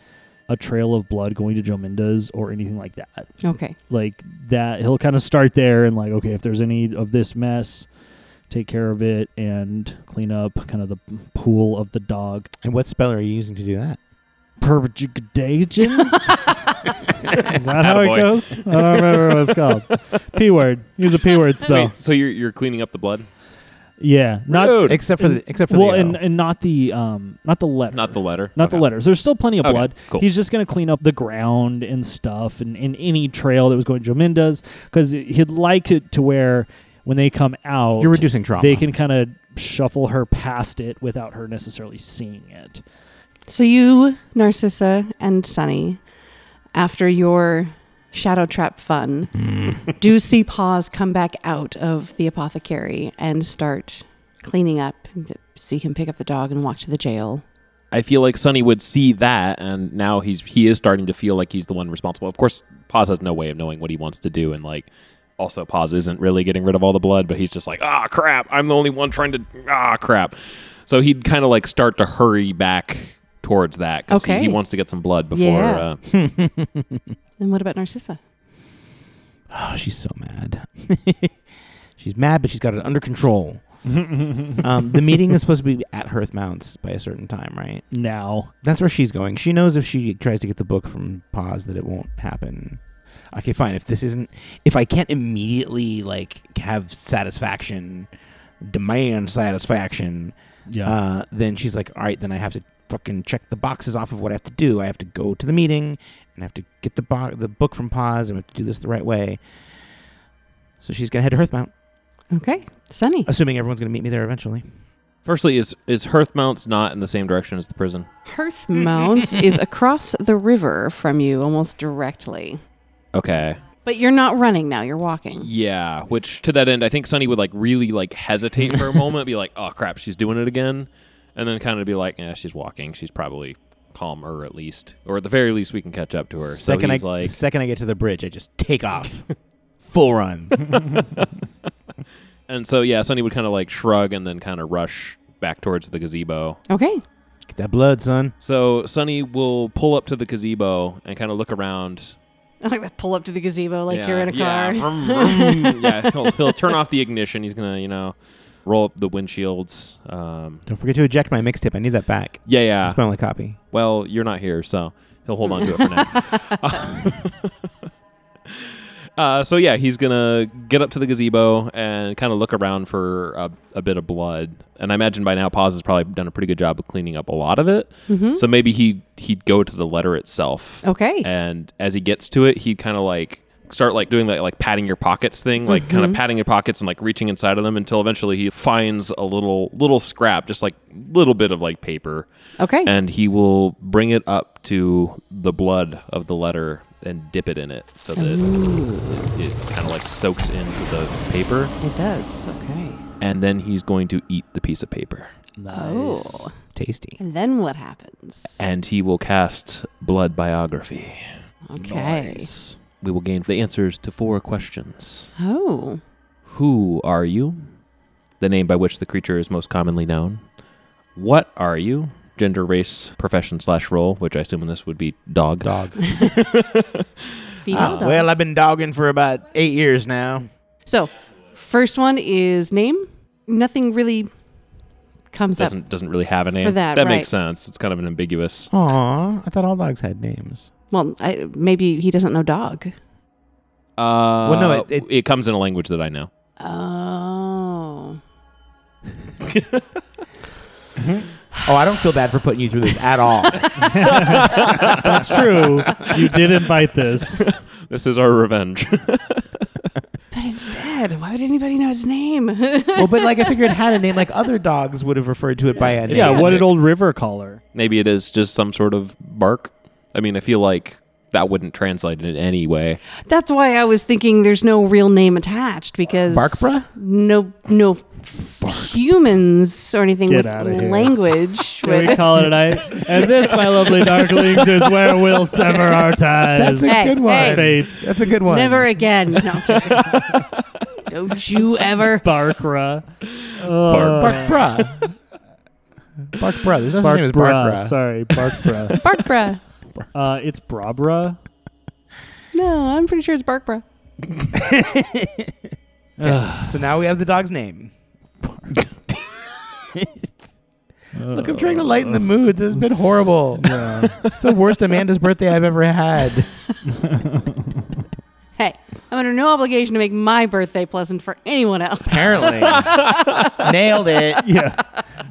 [SPEAKER 1] a trail of blood going to Jominda's or anything like that
[SPEAKER 4] okay
[SPEAKER 1] like that he'll kind of start there and like okay if there's any of this mess take care of it and clean up kind of the pool of the dog
[SPEAKER 3] And what spell are you using to do that? [LAUGHS]
[SPEAKER 1] Perjudication? is that how it
[SPEAKER 2] Attaboy.
[SPEAKER 1] goes i don't remember what it's called p word use a p word spell
[SPEAKER 2] Wait, so you're you're cleaning up the blood?
[SPEAKER 1] yeah not
[SPEAKER 2] Rude.
[SPEAKER 3] Except for the except for
[SPEAKER 1] well
[SPEAKER 3] the
[SPEAKER 1] and,
[SPEAKER 3] O.
[SPEAKER 1] and not the um not the letter
[SPEAKER 2] not the letter.
[SPEAKER 1] not the
[SPEAKER 2] Okay.
[SPEAKER 1] letters. There's still plenty of
[SPEAKER 2] Okay,
[SPEAKER 1] blood.
[SPEAKER 2] cool.
[SPEAKER 1] He's just going to clean up the ground and stuff and, and any trail that was going to Jominda's because he'd like it to where when they come out,
[SPEAKER 3] you're reducing trauma.
[SPEAKER 1] they can kind of shuffle her past it without her necessarily seeing it.
[SPEAKER 4] So you, Narcissa, and Sunny, after your shadow trap fun,
[SPEAKER 3] [LAUGHS]
[SPEAKER 4] do see Paws come back out of the apothecary and start cleaning up. See him pick up the dog and walk to the jail.
[SPEAKER 2] I feel like Sonny would see that, and now he's he is starting to feel like he's the one responsible. Of course, Paz has no way of knowing what he wants to do, and like also Paz isn't really getting rid of all the blood, but he's just like ah crap, I'm the only one trying to ah crap. So he'd kind of like start to hurry back towards that because
[SPEAKER 4] Okay.
[SPEAKER 2] he, wants to get some blood before.
[SPEAKER 4] Yeah.
[SPEAKER 2] Uh,
[SPEAKER 4] And what about Narcissa?
[SPEAKER 3] [LAUGHS] Oh, she's so mad. [LAUGHS] she's mad, but she's got it under control. um, the meeting is supposed to be at Hearth Mounts by a certain time, right?
[SPEAKER 1] Now,
[SPEAKER 3] That's where she's going. She knows if she tries to get the book from Paz that it won't happen. Okay, fine. If this isn't, if I can't immediately like have satisfaction, demand satisfaction,
[SPEAKER 1] yeah,
[SPEAKER 3] uh, then she's like, all right, then I have to fucking check the boxes off of what I have to do. I have to go to the meeting and I have to get the bo- the book from Paz and I have to do this the right way. So she's gonna head to Hearthmount,
[SPEAKER 4] Okay, Sunny.
[SPEAKER 3] assuming everyone's gonna meet me there eventually.
[SPEAKER 2] firstly, is is Hearthmount's not in the same direction as the prison?
[SPEAKER 4] Hearth Mounts is across the river from you almost directly.
[SPEAKER 2] Okay.
[SPEAKER 4] But you're not running now, you're walking.
[SPEAKER 2] Yeah, which to that end, I think Sunny would like really like hesitate
[SPEAKER 3] [LAUGHS]
[SPEAKER 2] for a moment, be like, "Oh crap, she's doing it again," and then kind of be like, "Yeah, she's walking. She's probably calmer at least, or at the very least, we can catch up to her."
[SPEAKER 3] second,
[SPEAKER 2] so he's
[SPEAKER 3] I the [LAUGHS]
[SPEAKER 2] like,
[SPEAKER 3] second I get to the bridge, I just take [LAUGHS] off,
[SPEAKER 2] [LAUGHS]
[SPEAKER 3] full run.
[SPEAKER 2] and so yeah, Sunny would kind of like shrug and then kind of rush back towards the gazebo.
[SPEAKER 4] Okay.
[SPEAKER 3] get that blood, son.
[SPEAKER 2] So Sunny will pull up to the gazebo and kind of look around
[SPEAKER 4] [LAUGHS] Like pull up to the gazebo like you're in a
[SPEAKER 2] yeah,
[SPEAKER 4] car. [LAUGHS]
[SPEAKER 2] vroom, vroom. yeah, he'll, he'll turn off the ignition. He's gonna, you know, roll up the windshields. Um,
[SPEAKER 3] Don't forget to eject my mixtape. I need that back.
[SPEAKER 2] yeah, yeah.
[SPEAKER 3] That's my only copy.
[SPEAKER 2] Well, you're not here, so he'll hold on to it for now. [LAUGHS] uh, so yeah, he's gonna get up to the gazebo and kind of look around for a, a bit of blood. And I imagine by now, Paz has probably done a pretty good job of cleaning up a lot of it. So maybe he he'd go to the letter itself.
[SPEAKER 4] Okay.
[SPEAKER 2] And as he gets to it, he'd kind of like start like doing that like patting your pockets thing, like kind of patting your pockets and like reaching inside of them until eventually he finds a little little scrap, just like little bit of like paper
[SPEAKER 4] okay.
[SPEAKER 2] and he will bring it up to the blood of the letter and dip it in it so that it, it kind of like soaks into the paper
[SPEAKER 4] it does. Okay.
[SPEAKER 2] and then he's going to eat the piece of paper
[SPEAKER 4] Nice. Oh.
[SPEAKER 3] Tasty.
[SPEAKER 4] And then what happens?
[SPEAKER 2] and he will cast blood biography
[SPEAKER 4] Okay.
[SPEAKER 2] we will gain the answers to four questions [LAUGHS]
[SPEAKER 4] Oh.
[SPEAKER 2] who are you the name by which the creature is most commonly known what are you gender race profession slash role which i assume in this would be dog
[SPEAKER 3] Dog.
[SPEAKER 4] Female
[SPEAKER 3] Ah,
[SPEAKER 4] dog.
[SPEAKER 3] well, I've been dogging for about eight years now.
[SPEAKER 4] so, first one is name. Nothing really comes up.
[SPEAKER 2] doesn't doesn't really have a name.
[SPEAKER 4] that, right.
[SPEAKER 2] makes sense. It's kind of an ambiguous.
[SPEAKER 3] Aw, I thought all dogs had names.
[SPEAKER 4] Well, I, maybe he doesn't know dog.
[SPEAKER 2] Uh,
[SPEAKER 3] Well, no, it- it-
[SPEAKER 2] comes in a language that I know.
[SPEAKER 4] Oh.
[SPEAKER 3] Oh, I don't feel bad for putting you through this at
[SPEAKER 4] [LAUGHS]
[SPEAKER 3] all.
[SPEAKER 1] [LAUGHS] That's true. you did invite
[SPEAKER 3] [LAUGHS]
[SPEAKER 1] this.
[SPEAKER 2] This is our revenge. [LAUGHS]
[SPEAKER 4] But it's dead. Why would anybody know his name? [LAUGHS]
[SPEAKER 3] well, but like I figured it had a name, like other dogs would have referred to it by a name.
[SPEAKER 1] yeah, what
[SPEAKER 2] magic.
[SPEAKER 1] did old River call her?
[SPEAKER 2] Maybe it is just some sort of bark. I mean, I feel like that wouldn't translate in any
[SPEAKER 4] [LAUGHS]
[SPEAKER 2] way.
[SPEAKER 4] That's why I was thinking there's no real name attached because
[SPEAKER 3] Barkbra?
[SPEAKER 4] no no humans or anything
[SPEAKER 1] Get
[SPEAKER 4] with
[SPEAKER 1] outta [LAUGHS] here.
[SPEAKER 4] language
[SPEAKER 1] Can we
[SPEAKER 4] with
[SPEAKER 1] call it a
[SPEAKER 4] [LAUGHS]
[SPEAKER 1] night? And this, my lovely darklings, is where we'll sever our ties.
[SPEAKER 3] [LAUGHS] That's a
[SPEAKER 4] Hey,
[SPEAKER 3] good one.
[SPEAKER 4] hey.
[SPEAKER 1] Fates.
[SPEAKER 3] That's a good one.
[SPEAKER 4] never again. No,
[SPEAKER 1] [LAUGHS]
[SPEAKER 4] I'm kidding. Don't you ever?
[SPEAKER 1] Barkra. Uh,
[SPEAKER 2] Bark-
[SPEAKER 3] Bark bruh. Bark bruh. There's no such name as bark
[SPEAKER 1] Barkra.
[SPEAKER 3] bruh.
[SPEAKER 1] Sorry,
[SPEAKER 3] [LAUGHS]
[SPEAKER 1] Barkra.
[SPEAKER 4] Barkbra.
[SPEAKER 1] uh, it's Brabra.
[SPEAKER 4] No, I'm pretty sure it's Barkbra.
[SPEAKER 3] So now we have the dog's name. Look, I'm trying to lighten the mood. This has been horrible.
[SPEAKER 1] Yeah.
[SPEAKER 3] It's the worst Amanda's birthday I've ever had.
[SPEAKER 4] Hey, I'm under no obligation to make my birthday pleasant for anyone else.
[SPEAKER 1] [LAUGHS]
[SPEAKER 3] [LAUGHS] Apparently. [LAUGHS] Nailed it.
[SPEAKER 1] yeah.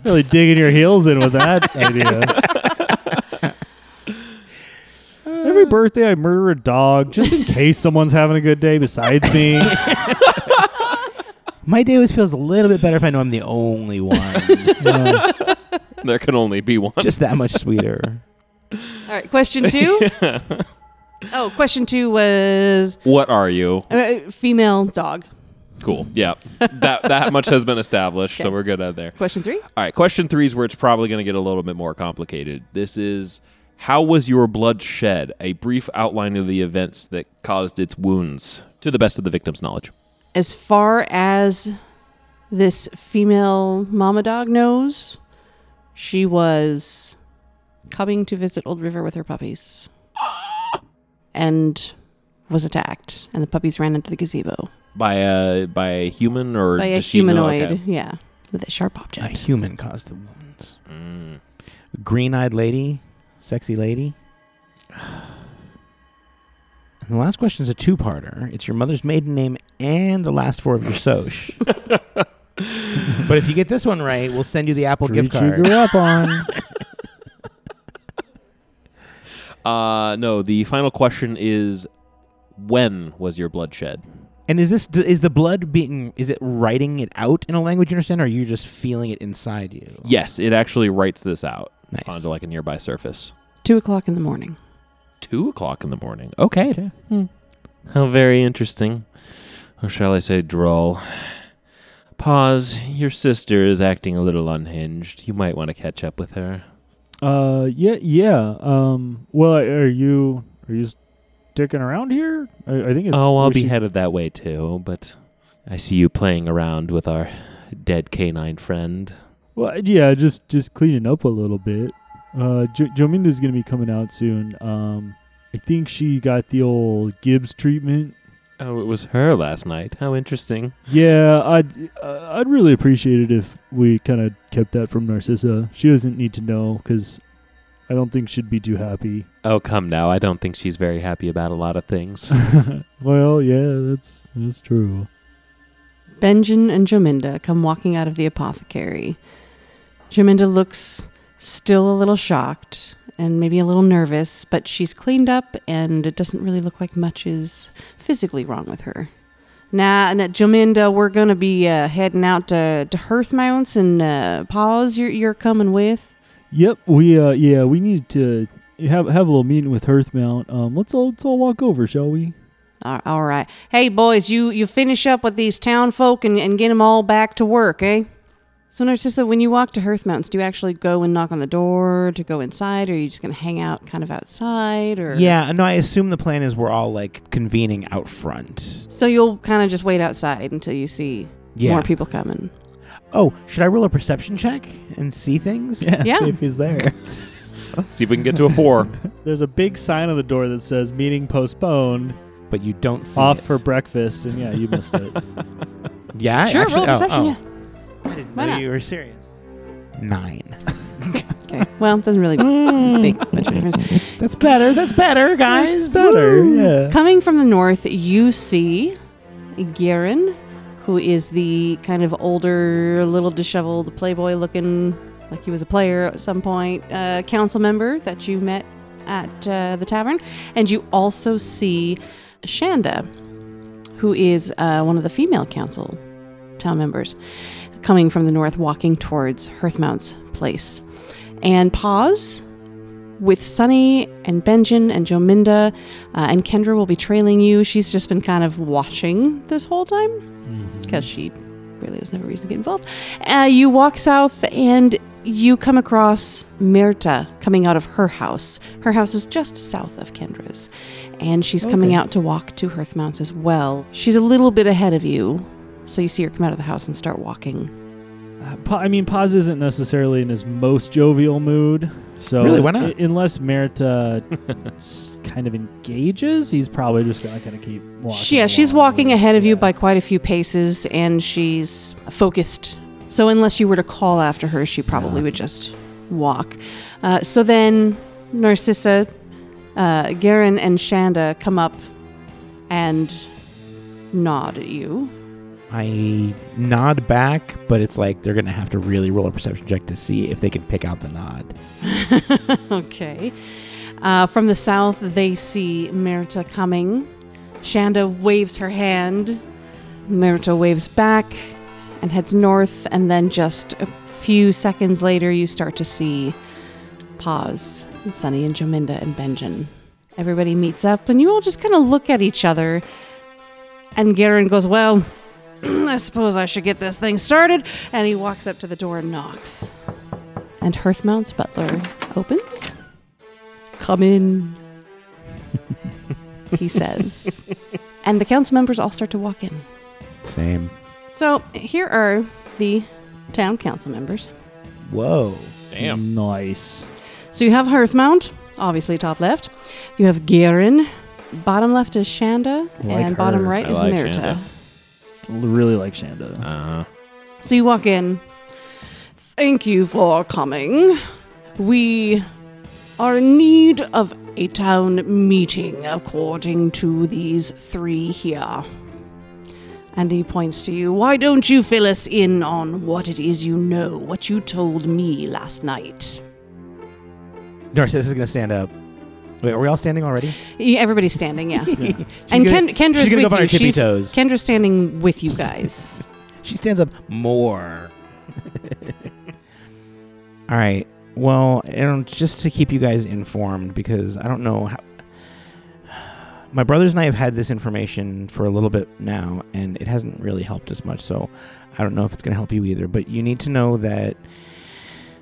[SPEAKER 1] Really digging your heels in with
[SPEAKER 3] [LAUGHS]
[SPEAKER 1] that idea. Every birthday, I murder a dog just in case someone's having a good day besides
[SPEAKER 3] [LAUGHS]
[SPEAKER 1] me.
[SPEAKER 3] My day always feels a little bit better if I know I'm the only one.
[SPEAKER 1] Yeah.
[SPEAKER 2] There can only be one.
[SPEAKER 3] Just that much sweeter.
[SPEAKER 4] All right, question
[SPEAKER 1] [LAUGHS]
[SPEAKER 4] two. Oh, question two was
[SPEAKER 2] What are you?
[SPEAKER 4] uh, female dog.
[SPEAKER 2] Cool. Yeah. that that much has been established, so
[SPEAKER 4] Okay.
[SPEAKER 2] we're good out there.
[SPEAKER 4] Question three.
[SPEAKER 2] All right. Question three is where it's probably going to get a little bit more complicated. This is how was your blood shed? A brief outline of the events that caused its wounds, to the best of the victim's knowledge.
[SPEAKER 4] as far as this female mama dog knows, she was coming to visit Old River with her puppies
[SPEAKER 2] [GASPS]
[SPEAKER 4] and was attacked, and the puppies ran into the gazebo
[SPEAKER 2] By a by a human or
[SPEAKER 4] by a
[SPEAKER 2] does she know-
[SPEAKER 4] humanoid.
[SPEAKER 2] okay.
[SPEAKER 4] Yeah, with a sharp
[SPEAKER 3] A
[SPEAKER 4] object.
[SPEAKER 3] human caused the wounds.
[SPEAKER 2] Mm.
[SPEAKER 3] Green eyed lady, sexy lady. And the last question is a two parter. It's your mother's maiden name and the last four of your soch. but if you get this one right, we'll send you the Apple gift
[SPEAKER 1] Street You
[SPEAKER 3] card.
[SPEAKER 1] grew up on.
[SPEAKER 2] Uh, no. The final question is, when was your bloodshed?
[SPEAKER 3] And is this is the blood being is it writing it out in a language you understand, or are you just feeling it inside you?
[SPEAKER 2] Yes, it actually writes this out
[SPEAKER 3] Nice.
[SPEAKER 2] onto like a nearby surface.
[SPEAKER 4] Two o'clock in the morning.
[SPEAKER 2] Two o'clock in the morning. Okay. Hmm.
[SPEAKER 1] Okay.
[SPEAKER 2] How very interesting. Or shall I say, droll. Pause. Your sister is acting a little unhinged. You might want to catch up with her.
[SPEAKER 1] Uh, yeah, yeah. Um, well, are you are you sticking around here? I, I think it's.
[SPEAKER 2] oh, I'll
[SPEAKER 1] we
[SPEAKER 2] be
[SPEAKER 1] should-
[SPEAKER 2] headed that way too. But I see you playing around with our dead canine friend.
[SPEAKER 1] Well, yeah, just just cleaning up a little bit. Uh, jo- Jominda's gonna be coming out soon. Um, I think she got the old Gibbs treatment.
[SPEAKER 2] Oh, it was her last night. How interesting.
[SPEAKER 1] Yeah, I'd uh, I'd really appreciate it if we kind of kept that from Narcissa. She doesn't need to know because I don't think she'd be too happy. [LAUGHS]
[SPEAKER 2] Oh, come now. I don't think she's very happy about a lot of
[SPEAKER 3] [LAUGHS]
[SPEAKER 2] things.
[SPEAKER 1] well, yeah, that's that's true.
[SPEAKER 4] Benjen and Jominda come walking out of the apothecary. Jominda looks still a little shocked and maybe a little nervous, but she's cleaned up and it doesn't really look like much is physically wrong with her. Nah, nah Jominda, we're going to be uh, heading out to, to Hearthmounts and uh, Paws, you're, you're coming with.
[SPEAKER 1] Yep, we uh yeah, we need to have have a little meeting with Hearthmount. Um let's all let's all walk over, shall we?
[SPEAKER 4] All- all right. Hey, boys, you, you finish up with these town folk and, and get them all back to work, eh? So, Narcissa, when you walk to Hearth Mountains, do you actually go and knock on the door to go inside, or are you just going to hang out kind of outside? Or
[SPEAKER 3] Yeah, no, I assume the plan is we're all like convening out front.
[SPEAKER 4] So you'll kind of just wait outside until you see
[SPEAKER 3] Yeah.
[SPEAKER 4] more people coming.
[SPEAKER 3] Oh, should I roll a perception check and
[SPEAKER 1] [LAUGHS]
[SPEAKER 3] see things? [LAUGHS]
[SPEAKER 4] Yeah.
[SPEAKER 1] see if he's there.
[SPEAKER 2] See if we can get to a four.
[SPEAKER 1] There's a big sign on the door that says "Meeting postponed,
[SPEAKER 3] But you don't see
[SPEAKER 1] off
[SPEAKER 3] it.
[SPEAKER 1] for breakfast," and yeah, you missed
[SPEAKER 3] [LAUGHS]
[SPEAKER 1] it.
[SPEAKER 3] yeah.
[SPEAKER 4] sure,
[SPEAKER 3] actually,
[SPEAKER 4] roll
[SPEAKER 3] oh,
[SPEAKER 4] perception.
[SPEAKER 3] oh.
[SPEAKER 4] Yeah.
[SPEAKER 3] I didn't
[SPEAKER 4] Why
[SPEAKER 3] know
[SPEAKER 4] not?
[SPEAKER 3] you were serious. Nine.
[SPEAKER 4] Okay. Well,
[SPEAKER 3] [LAUGHS]
[SPEAKER 4] it doesn't really make much of a difference.
[SPEAKER 3] That's better. That's better, guys.
[SPEAKER 1] It's better, yeah.
[SPEAKER 4] Coming from the north, you see Garen, who is the kind of older, little disheveled playboy looking, like he was a player at some point, uh, council member that you met at uh, the tavern. And you also see Shanda, who is uh, one of the female council town members, coming from the north, walking towards Hearthmount's place. And pause with Sunny and Benjin and Jominda, uh, and Kendra will be trailing you. She's just been kind of watching this whole time because she really has no reason to get involved. Uh, you walk south and you come across Myrta coming out of her house. Her house is just south of Kendra's, and she's coming out to walk to Hearth Mounts as well. She's a little bit ahead of you, so you see her come out of the house and start walking.
[SPEAKER 1] Uh, Pa- I mean, Paz isn't necessarily in his most jovial mood, so
[SPEAKER 3] Really, why not?
[SPEAKER 1] i- unless Merita s- kind of engages, he's probably just gonna kind of keep walking.
[SPEAKER 4] She, yeah, she's
[SPEAKER 1] along
[SPEAKER 4] walking
[SPEAKER 1] with-
[SPEAKER 4] ahead of you
[SPEAKER 1] yeah.
[SPEAKER 4] by quite a few paces, and she's focused. So unless you were to call after her, she probably would just walk. Uh, so then Narcissa, uh, Garen, and Shanda come up and nod at you.
[SPEAKER 3] I nod back, but it's like they're gonna have to really roll a perception check to see if they can pick out the nod.
[SPEAKER 4] [LAUGHS] Okay. Uh, from the south, they see Merita coming. Shanda waves her hand. Merita waves back and heads north. And then just a few seconds later, you start to see Paz and Sunny and Jominda and Benjen. Everybody meets up, and you all just kind of look at each other. And Garen goes, Well, [CLEARS THROAT] I suppose I should get this thing started. And he walks up to the door and knocks and Hearthmount's butler opens. Come in, he says. and the council members all start to walk in.
[SPEAKER 3] Same.
[SPEAKER 4] So here are the town council members.
[SPEAKER 3] Whoa.
[SPEAKER 2] Damn.
[SPEAKER 1] Nice.
[SPEAKER 4] So you have Hearthmount, obviously top left. You have Garen. Bottom left is Shanda,
[SPEAKER 1] Like
[SPEAKER 4] and bottom
[SPEAKER 1] her.
[SPEAKER 4] right
[SPEAKER 2] I
[SPEAKER 4] is
[SPEAKER 2] like
[SPEAKER 4] Merita.
[SPEAKER 2] Shanda.
[SPEAKER 1] L- Really like
[SPEAKER 3] [LAUGHS]
[SPEAKER 1] Shanda.
[SPEAKER 2] Uh,
[SPEAKER 4] So you walk in. Thank you for coming. We are in need of a town meeting according to these three here. And he points to you. Why don't you fill us in on what it is you know, what you told me last night?
[SPEAKER 3] Narcissus is gonna stand up. Wait, are we all standing already?
[SPEAKER 4] Everybody's
[SPEAKER 3] [LAUGHS]
[SPEAKER 4] standing, yeah.
[SPEAKER 3] She's
[SPEAKER 4] and
[SPEAKER 3] gonna-
[SPEAKER 4] Ken- Kendra's
[SPEAKER 3] she's gonna
[SPEAKER 4] with
[SPEAKER 3] go up on
[SPEAKER 4] you.
[SPEAKER 3] her tippy
[SPEAKER 4] She's-
[SPEAKER 3] toes.
[SPEAKER 4] Kendra's standing with you guys.
[SPEAKER 3] She stands up more. [LAUGHS] All right. Well, and just to keep you guys informed, because I don't know how. [SIGHS] My brothers and I have had this information for a little bit now, and it hasn't really helped us much, so I don't know if it's going to help you either. But you need to know that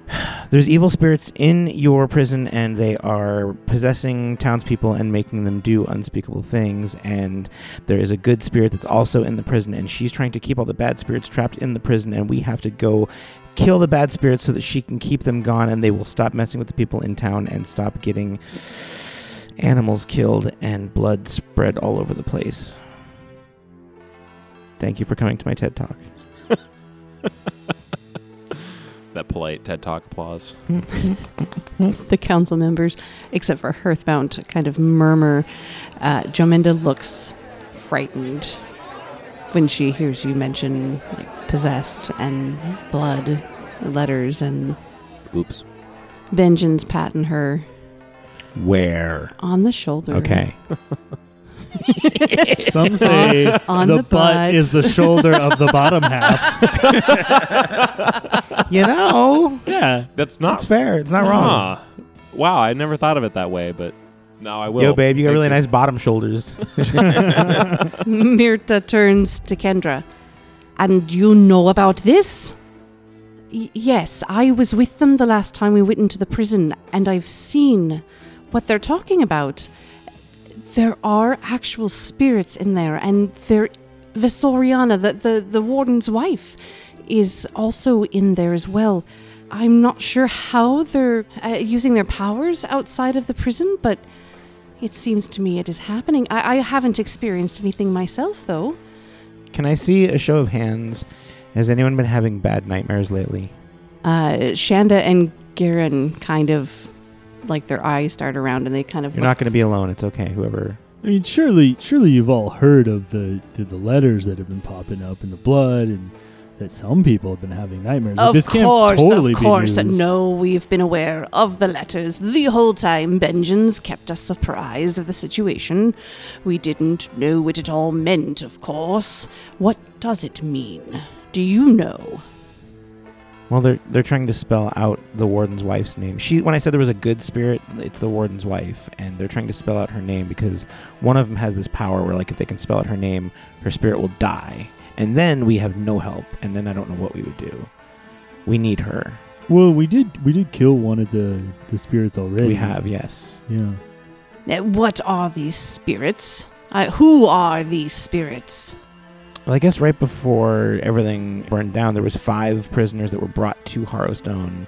[SPEAKER 3] [SIGHS] there's evil spirits in your prison, and they are possessing townspeople and making them do unspeakable things, and there is a good spirit that's also in the prison, and she's trying to keep all the bad spirits trapped in the prison, and we have to go kill the bad spirits so that she can keep them gone and they will stop messing with the people in town and stop getting animals killed, and blood spread all over the place. Thank you for coming to my TED Talk.
[SPEAKER 2] That polite TED Talk applause.
[SPEAKER 4] The council members, except for Hearthbound, kind of murmur. Uh, Jominda looks frightened when she hears you mention like, possessed and blood letters and
[SPEAKER 2] Oops.
[SPEAKER 4] vengeance patting her
[SPEAKER 3] Where?
[SPEAKER 4] on the shoulder.
[SPEAKER 2] [LAUGHS]
[SPEAKER 3] Okay.
[SPEAKER 1] Some say
[SPEAKER 4] [LAUGHS] on
[SPEAKER 1] the,
[SPEAKER 4] the
[SPEAKER 1] butt
[SPEAKER 4] butt.
[SPEAKER 1] is the shoulder of the
[SPEAKER 4] [LAUGHS]
[SPEAKER 1] bottom half.
[SPEAKER 3] you know,
[SPEAKER 1] Yeah.
[SPEAKER 2] That's not
[SPEAKER 3] it's fair. It's not wrong.
[SPEAKER 2] Ah. Wow, I never thought of it that way, but now I will.
[SPEAKER 3] Yo, babe, you got
[SPEAKER 2] Thank
[SPEAKER 3] really nice bottom shoulders.
[SPEAKER 4] Myrta turns to Kendra. And you know about this? Y- yes, I was with them the last time we went into the prison, and I've seen what they're talking about. There are actual spirits in there, and there, Vesoriana, the, the, the warden's wife, is also in there as well. I'm not sure how they're uh, using their powers outside of the prison, but it seems to me it is happening. I, I haven't experienced anything myself, though.
[SPEAKER 3] Can I see a show of hands? Has anyone been having bad nightmares lately?
[SPEAKER 4] Uh, Shanda and Garen kind of like their eyes start around and they kind of
[SPEAKER 3] You're not going to be alone. It's okay. Whoever.
[SPEAKER 1] I mean, surely, surely you've all heard of the, the the letters that have been popping up in the blood, and that some people have been having nightmares. Like,
[SPEAKER 4] Of
[SPEAKER 1] this
[SPEAKER 4] course,
[SPEAKER 1] can't totally
[SPEAKER 4] of course.
[SPEAKER 1] Be news.
[SPEAKER 4] No, we've been aware of the letters the whole time. Benjins kept us surprised of the situation. We didn't know what it all meant, of course. What does it mean? Do you know?
[SPEAKER 3] Well, they're they're trying to spell out the warden's wife's name. She when I said there was a good spirit, it's the warden's wife, and they're trying to spell out her name because one of them has this power where like if they can spell out her name, her spirit will die, and then we have no help, and then I don't know what we would do. We need her.
[SPEAKER 1] Well, we did we did kill one of the the spirits already.
[SPEAKER 3] We have yes.
[SPEAKER 1] Yeah.
[SPEAKER 4] Uh, What are these spirits? Uh, who are these spirits?
[SPEAKER 3] Well, I guess right before everything burned down, there was five prisoners that were brought to Harrowstone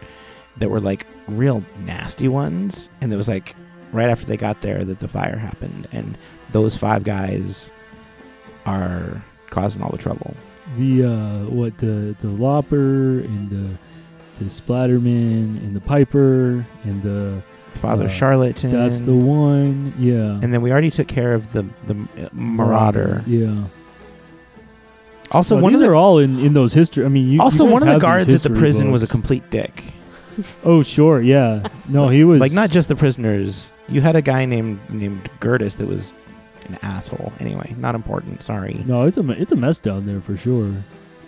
[SPEAKER 3] that were like real nasty ones, and it was like right after they got there that the fire happened, and those five guys are causing all the trouble.
[SPEAKER 1] The uh, what the the lopper and the the splatterman and the piper and the
[SPEAKER 3] Father
[SPEAKER 1] Uh,
[SPEAKER 3] Charlatan.
[SPEAKER 1] that's the one. Yeah.
[SPEAKER 3] And then we already took care of the the uh, marauder.
[SPEAKER 1] Yeah.
[SPEAKER 3] Also,
[SPEAKER 1] Well,
[SPEAKER 3] one of
[SPEAKER 1] these
[SPEAKER 3] the
[SPEAKER 1] are all in, in those history. I mean, you, you
[SPEAKER 3] also
[SPEAKER 1] guys
[SPEAKER 3] one of the
[SPEAKER 1] have these
[SPEAKER 3] guards at the
[SPEAKER 1] history
[SPEAKER 3] prison was a
[SPEAKER 1] books.
[SPEAKER 3] complete dick.
[SPEAKER 1] Oh sure, yeah. No, he was
[SPEAKER 3] like not just the prisoners. You had a guy named named Gertis that was an asshole. Anyway, not important. Sorry.
[SPEAKER 1] No, it's a me- it's a mess down there for sure.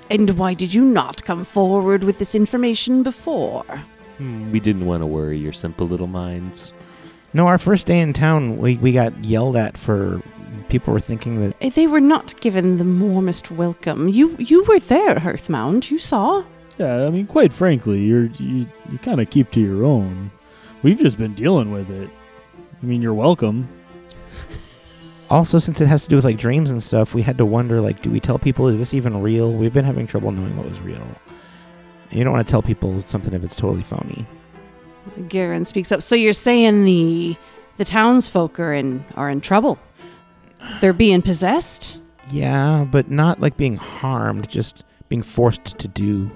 [SPEAKER 4] And why did you not come forward with this information before?
[SPEAKER 2] Hmm, We didn't want to worry your simple little minds.
[SPEAKER 3] No, our first day in town, we we got yelled at for people were thinking that
[SPEAKER 4] Eh, They were not given the warmest welcome. You you were there, Hearthmound. You saw.
[SPEAKER 1] Yeah, I mean, quite frankly, you're you you kind of keep to your own. We've just been dealing with it. I mean, you're welcome.
[SPEAKER 3] also since it has to do with like dreams and stuff, we had to wonder like, do we tell people is this even real? We've been having trouble knowing what was real. You don't want to tell people something if it's totally phony.
[SPEAKER 4] [LAUGHS] Garen speaks up. So you're saying the the townsfolk are in are in trouble. They're being possessed.
[SPEAKER 3] Yeah, but not like being harmed, just being forced to do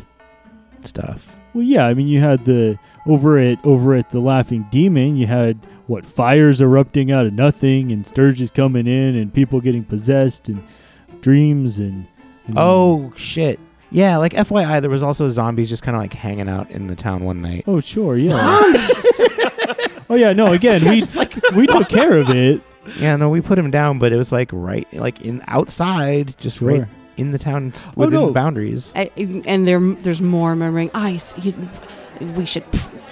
[SPEAKER 3] stuff.
[SPEAKER 1] Well, yeah, I mean, you had the over at over at the Laughing Demon, you had what fires erupting out of nothing, and sturges coming in, and people getting possessed, and dreams, and I mean-
[SPEAKER 3] Oh shit. Yeah, like FYI, there was also zombies just kind of like hanging out in the town one night.
[SPEAKER 1] oh, sure, yeah, [LAUGHS] oh yeah, no, again,
[SPEAKER 4] [LAUGHS]
[SPEAKER 1] we we took care of [LAUGHS] it.
[SPEAKER 3] Yeah, no, we put him down, but it was like right, like in outside, just
[SPEAKER 1] Sure.
[SPEAKER 3] right in the town s- within
[SPEAKER 1] no.
[SPEAKER 3] the boundaries.
[SPEAKER 4] Eh, And there there's more murmuring. Ice. You, we should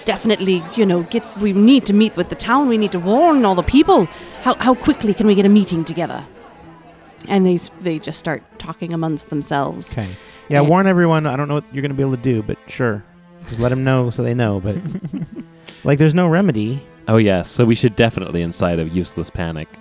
[SPEAKER 4] definitely you know get. We need to meet with the town. We need to warn all the people. How how quickly can we get a meeting together? And they s- they just start talking amongst themselves.
[SPEAKER 3] Okay. Yeah,
[SPEAKER 4] Yeah.
[SPEAKER 3] warn everyone. I don't know what you're gonna be able to do, but sure, just let them know so they know. But like, there's no remedy.
[SPEAKER 2] Oh yeah, so we should definitely incite a useless panic. [LAUGHS]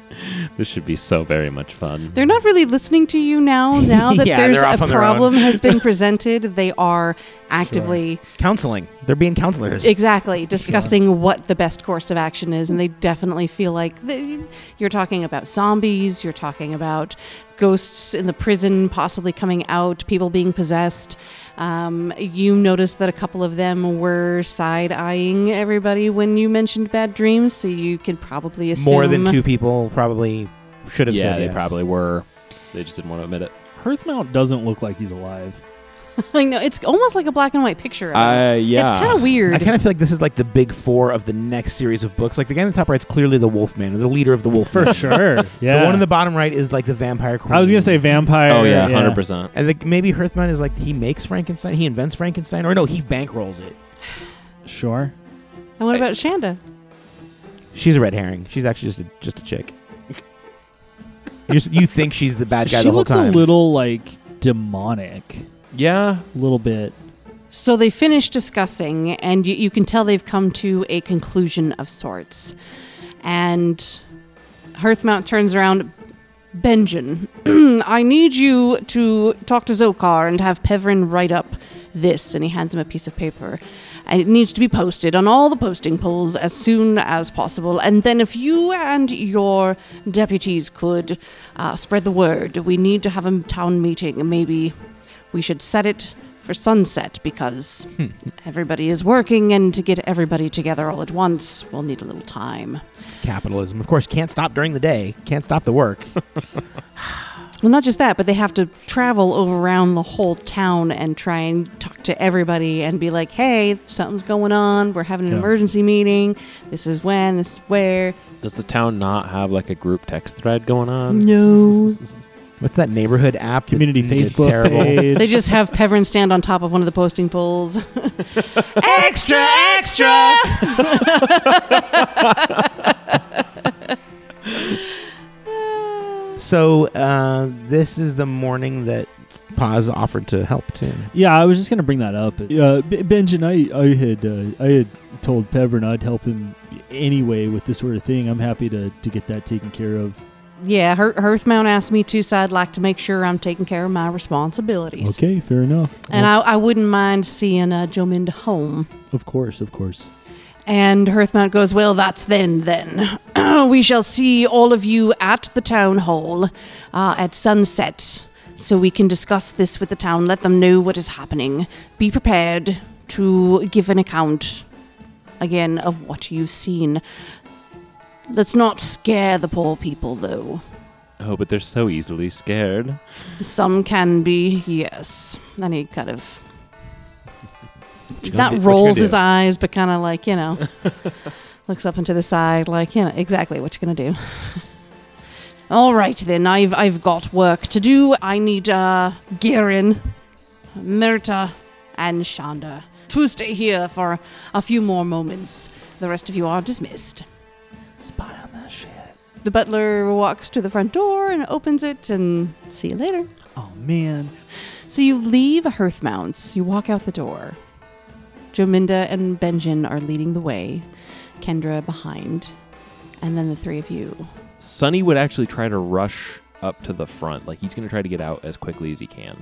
[SPEAKER 2] This should be so very much fun.
[SPEAKER 4] They're not really listening to
[SPEAKER 3] [LAUGHS]
[SPEAKER 4] you now. Now that
[SPEAKER 3] Yeah,
[SPEAKER 4] there's
[SPEAKER 3] they're [LAUGHS]
[SPEAKER 4] a
[SPEAKER 3] off on their own.
[SPEAKER 4] problem has been presented, they are actively
[SPEAKER 3] Counseling. They're being counselors.
[SPEAKER 4] Exactly, discussing what the best course of action is, and they definitely feel like they, you're talking about zombies, you're talking about ghosts in the prison possibly coming out, people being possessed. Um, you noticed that a couple of them were side eyeing everybody when you mentioned bad dreams, so you can probably assume
[SPEAKER 3] More than two people probably should have
[SPEAKER 2] yeah,
[SPEAKER 3] said
[SPEAKER 2] they
[SPEAKER 3] yes.
[SPEAKER 2] probably were. They just didn't want to admit it.
[SPEAKER 1] Hearthmount doesn't look like he's alive.
[SPEAKER 4] [LAUGHS] I know it's almost like a black and white picture. Of it.
[SPEAKER 2] Uh, yeah.
[SPEAKER 4] It's kind of
[SPEAKER 3] I
[SPEAKER 4] weird.
[SPEAKER 3] kind of feel like this is like the big four of the next series of books. Like the guy in the top right's clearly the Wolfman, the leader of the Wolf
[SPEAKER 1] For [LAUGHS]
[SPEAKER 3] Nation.
[SPEAKER 1] sure. Yeah.
[SPEAKER 3] The one in the bottom right is like the vampire queen.
[SPEAKER 1] I was gonna say vampire.
[SPEAKER 2] oh yeah, hundred percent.
[SPEAKER 3] And like maybe Hearthman is like he makes Frankenstein, he invents Frankenstein, or no, he bankrolls it.
[SPEAKER 1] Sure.
[SPEAKER 4] and what about Shanda?
[SPEAKER 3] She's a red herring. She's actually just a, just a chick. you just, you think she's the bad guy
[SPEAKER 1] She
[SPEAKER 3] the whole
[SPEAKER 1] looks
[SPEAKER 3] time?
[SPEAKER 1] a little like demonic.
[SPEAKER 2] Yeah,
[SPEAKER 1] A little bit.
[SPEAKER 4] So they finish discussing, and you, you can tell they've come to a conclusion of sorts. And Hearthmount turns around. Benjin, [CLEARS THROAT] I need you to talk to Zokar and have Pevrin write up this. And he hands him a piece of paper. And it needs to be posted on all the posting polls as soon as possible. And then, if you and your deputies could uh, spread the word, we need to have a town meeting. Maybe we should set it for sunset because
[SPEAKER 3] Hmm.
[SPEAKER 4] everybody is working, and to get everybody together all at once, we'll need a little time.
[SPEAKER 3] Capitalism, of course, can't stop during the day. Can't stop the work.
[SPEAKER 4] Well, not just that, but they have to travel over around the whole town and try and talk to everybody and be like, hey, something's going on. We're having an
[SPEAKER 1] Yeah.
[SPEAKER 4] emergency meeting. This is when, this is where.
[SPEAKER 2] does the town not have like a group text thread going on?
[SPEAKER 4] No.
[SPEAKER 3] What's that neighborhood app? that-
[SPEAKER 1] Community
[SPEAKER 3] mm, it's
[SPEAKER 1] Facebook page.
[SPEAKER 4] They just have Pevern stand on top of one of the posting poles. extra, extra! [LAUGHS]
[SPEAKER 3] So uh, this is the morning that Paz offered to help too.
[SPEAKER 1] Yeah, I was just gonna bring that up. Uh, B- Benjamin, I, I had uh, I had told Pevern I'd help him anyway with this sort of thing. I'm happy to to get that taken care of.
[SPEAKER 4] yeah, Hearth- Hearthmount asked me to, so I'd like to make sure I'm taking care of my responsibilities.
[SPEAKER 1] Okay, fair enough.
[SPEAKER 4] And
[SPEAKER 1] Well,
[SPEAKER 4] I, I wouldn't mind seeing uh, Jominda home.
[SPEAKER 1] of course, of course.
[SPEAKER 4] And Hearthmount goes, Well, that's then, then. [CLEARS THROAT] we shall see all of you at the town hall uh, at sunset so we can discuss this with the town, let them know what is happening. Be prepared to give an account again of what you've seen. Let's not scare the poor people, though.
[SPEAKER 2] [LAUGHS] Oh, but they're so easily scared.
[SPEAKER 4] Some can be, yes. And he kind of
[SPEAKER 2] What you gonna
[SPEAKER 4] not
[SPEAKER 2] do- what you gonna
[SPEAKER 4] rolls his
[SPEAKER 2] do?
[SPEAKER 4] eyes, but kind of like
[SPEAKER 2] [LAUGHS]
[SPEAKER 4] you know, looks up into the side, like you know exactly what you're gonna do. [LAUGHS] All right then, I've I've got work to do. I need uh, Gerin, Myrta, and Shonda to stay here for a few more moments. The rest of you are dismissed.
[SPEAKER 1] Spy on that shit.
[SPEAKER 4] The butler walks to the front door and opens it, and see you later.
[SPEAKER 1] Oh man,
[SPEAKER 4] So you leave Hearthmounts, you walk out the door. Jominda and Benjin are leading the way, Kendra behind, and then the three of you.
[SPEAKER 2] Sonny would actually try to rush up to the front. Like he's gonna try to get out as quickly as he can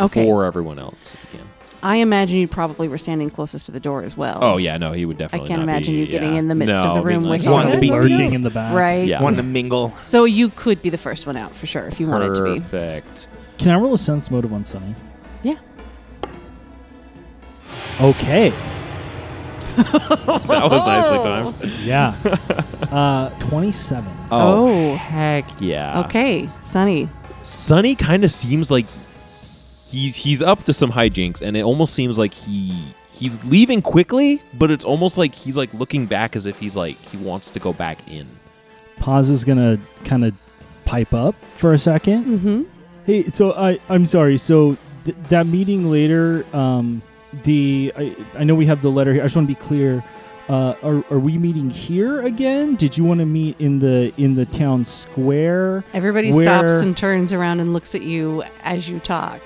[SPEAKER 4] Okay.
[SPEAKER 2] before everyone else. If he can.
[SPEAKER 4] I imagine you probably were standing closest to the door as well.
[SPEAKER 2] Oh yeah, no, he would
[SPEAKER 4] I
[SPEAKER 2] definitely.
[SPEAKER 4] can't
[SPEAKER 2] not
[SPEAKER 4] imagine
[SPEAKER 2] be-
[SPEAKER 4] you getting
[SPEAKER 2] yeah.
[SPEAKER 4] in the midst
[SPEAKER 2] No,
[SPEAKER 4] of the
[SPEAKER 2] being
[SPEAKER 4] room
[SPEAKER 2] like,
[SPEAKER 4] with
[SPEAKER 3] One
[SPEAKER 4] Shonda.
[SPEAKER 3] beat
[SPEAKER 1] lurking
[SPEAKER 3] deep.
[SPEAKER 1] in the back.
[SPEAKER 4] Right.
[SPEAKER 2] Yeah.
[SPEAKER 3] Wanting to mingle.
[SPEAKER 4] So you could be the first one out for sure if you wanted to be.
[SPEAKER 2] Perfect.
[SPEAKER 1] Can I roll a sense motive on Sunny?
[SPEAKER 4] Yeah.
[SPEAKER 1] Okay.
[SPEAKER 2] [LAUGHS] That was nicely
[SPEAKER 4] [LAUGHS]
[SPEAKER 2] timed.
[SPEAKER 1] Yeah. [LAUGHS] uh, Twenty-seven.
[SPEAKER 4] Oh.
[SPEAKER 2] heck yeah.
[SPEAKER 4] Okay, Sunny.
[SPEAKER 2] Sonny kind of seems like he's he's up to some hijinks, and it almost seems like he he's leaving quickly, but it's almost like he's like looking back as if he's like he wants to go back in.
[SPEAKER 1] Paz is gonna kind of pipe up for a second.
[SPEAKER 4] Mm-hmm.
[SPEAKER 1] Hey, so I I'm sorry. So th- that meeting later, um, the I, I know we have the letter here. I just want to be clear. Uh, are, are we meeting here again? Did you want to meet in the in the town square?
[SPEAKER 4] Everybody
[SPEAKER 1] Where-
[SPEAKER 4] stops and turns around and looks at you as you talk.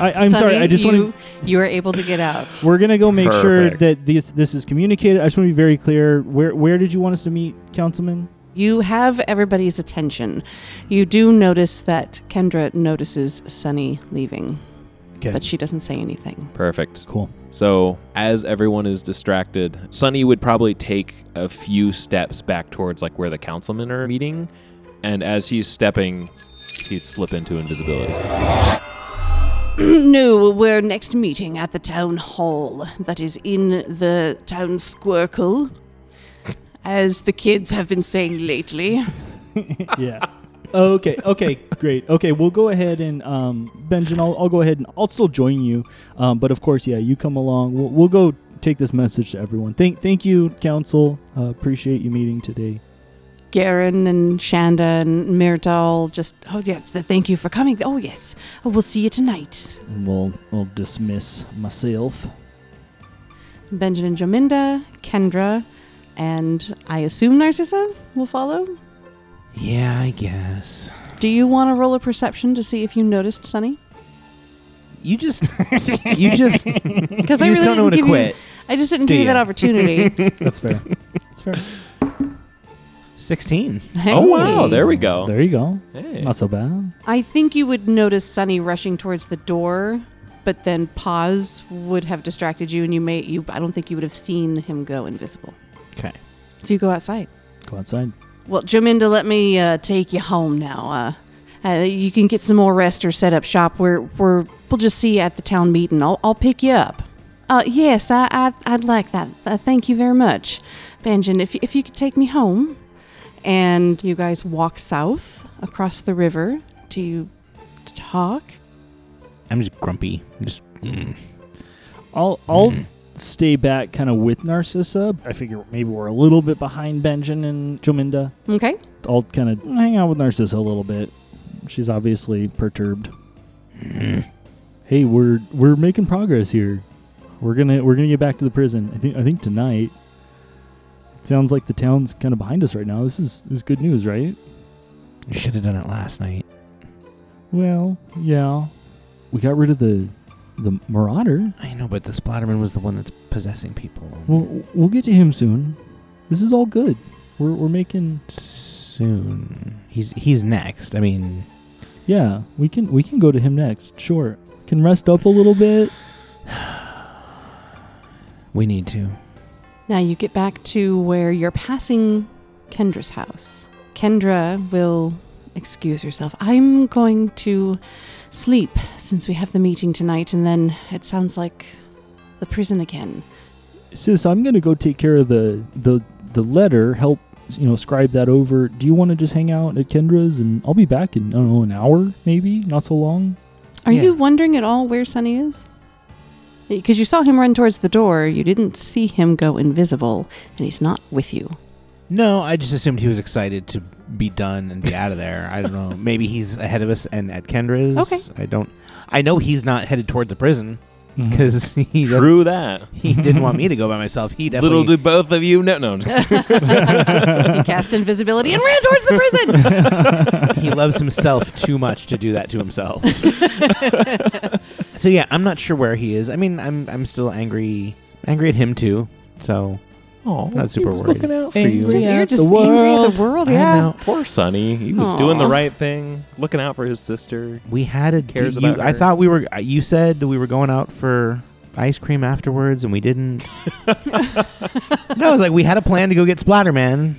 [SPEAKER 1] I, I'm sorry. I just want to.
[SPEAKER 4] You are able to
[SPEAKER 1] [LAUGHS]
[SPEAKER 4] get out.
[SPEAKER 1] We're gonna go make sure
[SPEAKER 2] Perfect.
[SPEAKER 1] that this this is communicated. I just want to be very clear. Where where did you want us to meet, Councilman?
[SPEAKER 4] You have everybody's attention. You do notice that Kendra notices Sunny leaving,
[SPEAKER 1] Okay.
[SPEAKER 4] but she doesn't say anything. [CLEARS THROAT]
[SPEAKER 2] Perfect.
[SPEAKER 1] Cool.
[SPEAKER 2] So, as everyone is distracted, Sunny would probably take a few steps back towards like where the councilmen are meeting, and as he's stepping, he'd slip into invisibility.
[SPEAKER 4] No, we're next meeting at the town hall that is in the town squircle, as the kids have been saying lately.
[SPEAKER 1] [LAUGHS] yeah. Okay. Okay. Great. Okay. We'll go ahead and um, Benjamin. I'll, I'll go ahead and I'll still join you. Um, but of course, yeah, you come along. We'll, we'll go take this message to everyone. Thank thank you, council. Uh, appreciate you meeting today.
[SPEAKER 4] Garen and Shanda and Myrdal just, oh, yes, th- thank you for coming. Oh, yes, oh, we'll see you tonight.
[SPEAKER 1] And we'll we'll dismiss myself.
[SPEAKER 4] Benjamin Jominda, Kendra, and I assume Narcissa will follow.
[SPEAKER 3] Yeah, I guess.
[SPEAKER 4] Do you want to roll a perception to see if you noticed Sunny?
[SPEAKER 3] You just, you just, [LAUGHS] you
[SPEAKER 4] Because I
[SPEAKER 3] just
[SPEAKER 4] really
[SPEAKER 3] don't know
[SPEAKER 4] didn't
[SPEAKER 3] when to
[SPEAKER 4] give
[SPEAKER 3] quit.
[SPEAKER 4] you, I just didn't
[SPEAKER 3] do
[SPEAKER 4] give you that
[SPEAKER 3] you? [LAUGHS]
[SPEAKER 4] opportunity.
[SPEAKER 1] That's fair. That's fair.
[SPEAKER 3] Sixteen.
[SPEAKER 2] Oh wow, there we go.
[SPEAKER 1] There you go.
[SPEAKER 2] Hey.
[SPEAKER 1] Not so bad.
[SPEAKER 4] I think you would notice Sunny rushing towards the door, but then pause would have distracted you, and you may you. I don't think you would have seen him go invisible.
[SPEAKER 1] Okay.
[SPEAKER 4] So you go outside.
[SPEAKER 1] Go outside.
[SPEAKER 4] Well, Jaminda, let me uh, take you home now. Uh, uh, you can get some more rest or set up shop. We're, we're, we'll just see you at the town meeting. I'll, I'll pick you up. Uh, yes, I, I, I'd like that. Uh, thank you very much. Benjamin, if, you- if you could take me home. And you guys walk south across the river to, to talk.
[SPEAKER 3] I'm just grumpy. I'm just. Mm.
[SPEAKER 1] I'll I'll
[SPEAKER 3] Mm.
[SPEAKER 2] Mm-hmm.
[SPEAKER 1] stay back kind of with Narcissa. I figure maybe we're a little bit behind Benjamin and Jominda.
[SPEAKER 4] Okay.
[SPEAKER 1] I'll kind of hang out with Narcissa a little bit. She's obviously perturbed.
[SPEAKER 3] mm.
[SPEAKER 1] hey, we're we're making progress here. We're gonna we're gonna get back to the prison. I think I think tonight. It sounds like the town's kind of behind us right now. This is this is good news, right?
[SPEAKER 3] You should have done it last night.
[SPEAKER 1] Well, yeah. We got rid of the the marauder.
[SPEAKER 3] I know, but the Splatterman was the one that's possessing people.
[SPEAKER 1] We'll we'll get to him soon. This is all good. We're we're making
[SPEAKER 3] Soon. He's he's next. I mean,
[SPEAKER 1] yeah. We can we can go to him next. Sure. Can rest up a little bit.
[SPEAKER 3] we need to.
[SPEAKER 4] Now you get back to where you're passing Kendra's house. Kendra will excuse herself. I'm going to sleep since we have the meeting tonight, and then it sounds like the prison again.
[SPEAKER 1] sis i'm gonna go take care of the the the letter help you know scribe that over do you want to just hang out at kendra's and i'll be back in i don't know an hour maybe not so long
[SPEAKER 4] Are
[SPEAKER 3] Yeah.
[SPEAKER 4] you wondering at all where Sunny is? Because you saw him run towards the door, you didn't see him go invisible, and he's not with [LAUGHS] you.
[SPEAKER 3] No, I just assumed he was excited to be done and be out
[SPEAKER 4] [LAUGHS]
[SPEAKER 3] of there. I don't know. Maybe he's ahead of us and at Kendra's.
[SPEAKER 4] Okay. Mm.
[SPEAKER 3] I don't. I know he's not headed toward the prison
[SPEAKER 4] Mm-hmm.
[SPEAKER 3] because [LAUGHS] he
[SPEAKER 2] True that.
[SPEAKER 3] he didn't want me to go by myself. He definitely.
[SPEAKER 2] Little do both of you know. No,
[SPEAKER 4] he cast invisibility and ran towards the [LAUGHS] prison.
[SPEAKER 3] he loves himself too much to do that to [LAUGHS] himself. so yeah, I'm not sure where he is. I mean, I'm I'm still angry angry at him too. So
[SPEAKER 2] oh,
[SPEAKER 3] Not super
[SPEAKER 2] was
[SPEAKER 3] worried.
[SPEAKER 2] looking out for
[SPEAKER 3] Angry.
[SPEAKER 2] you.
[SPEAKER 4] Just- you're
[SPEAKER 1] at
[SPEAKER 4] just
[SPEAKER 1] the
[SPEAKER 4] angry at
[SPEAKER 1] world.
[SPEAKER 4] the world,
[SPEAKER 3] I
[SPEAKER 4] yeah.
[SPEAKER 3] know.
[SPEAKER 2] Poor Sonny. He was doing the
[SPEAKER 4] Aw.
[SPEAKER 2] right thing, looking out for his sister.
[SPEAKER 3] we had a
[SPEAKER 2] Cares
[SPEAKER 3] you-
[SPEAKER 2] about
[SPEAKER 3] I
[SPEAKER 2] her.
[SPEAKER 3] thought we were. uh, You said we were going out for ice cream afterwards, and we [LAUGHS] didn't. no, I was like, we had a plan to go get Splatterman,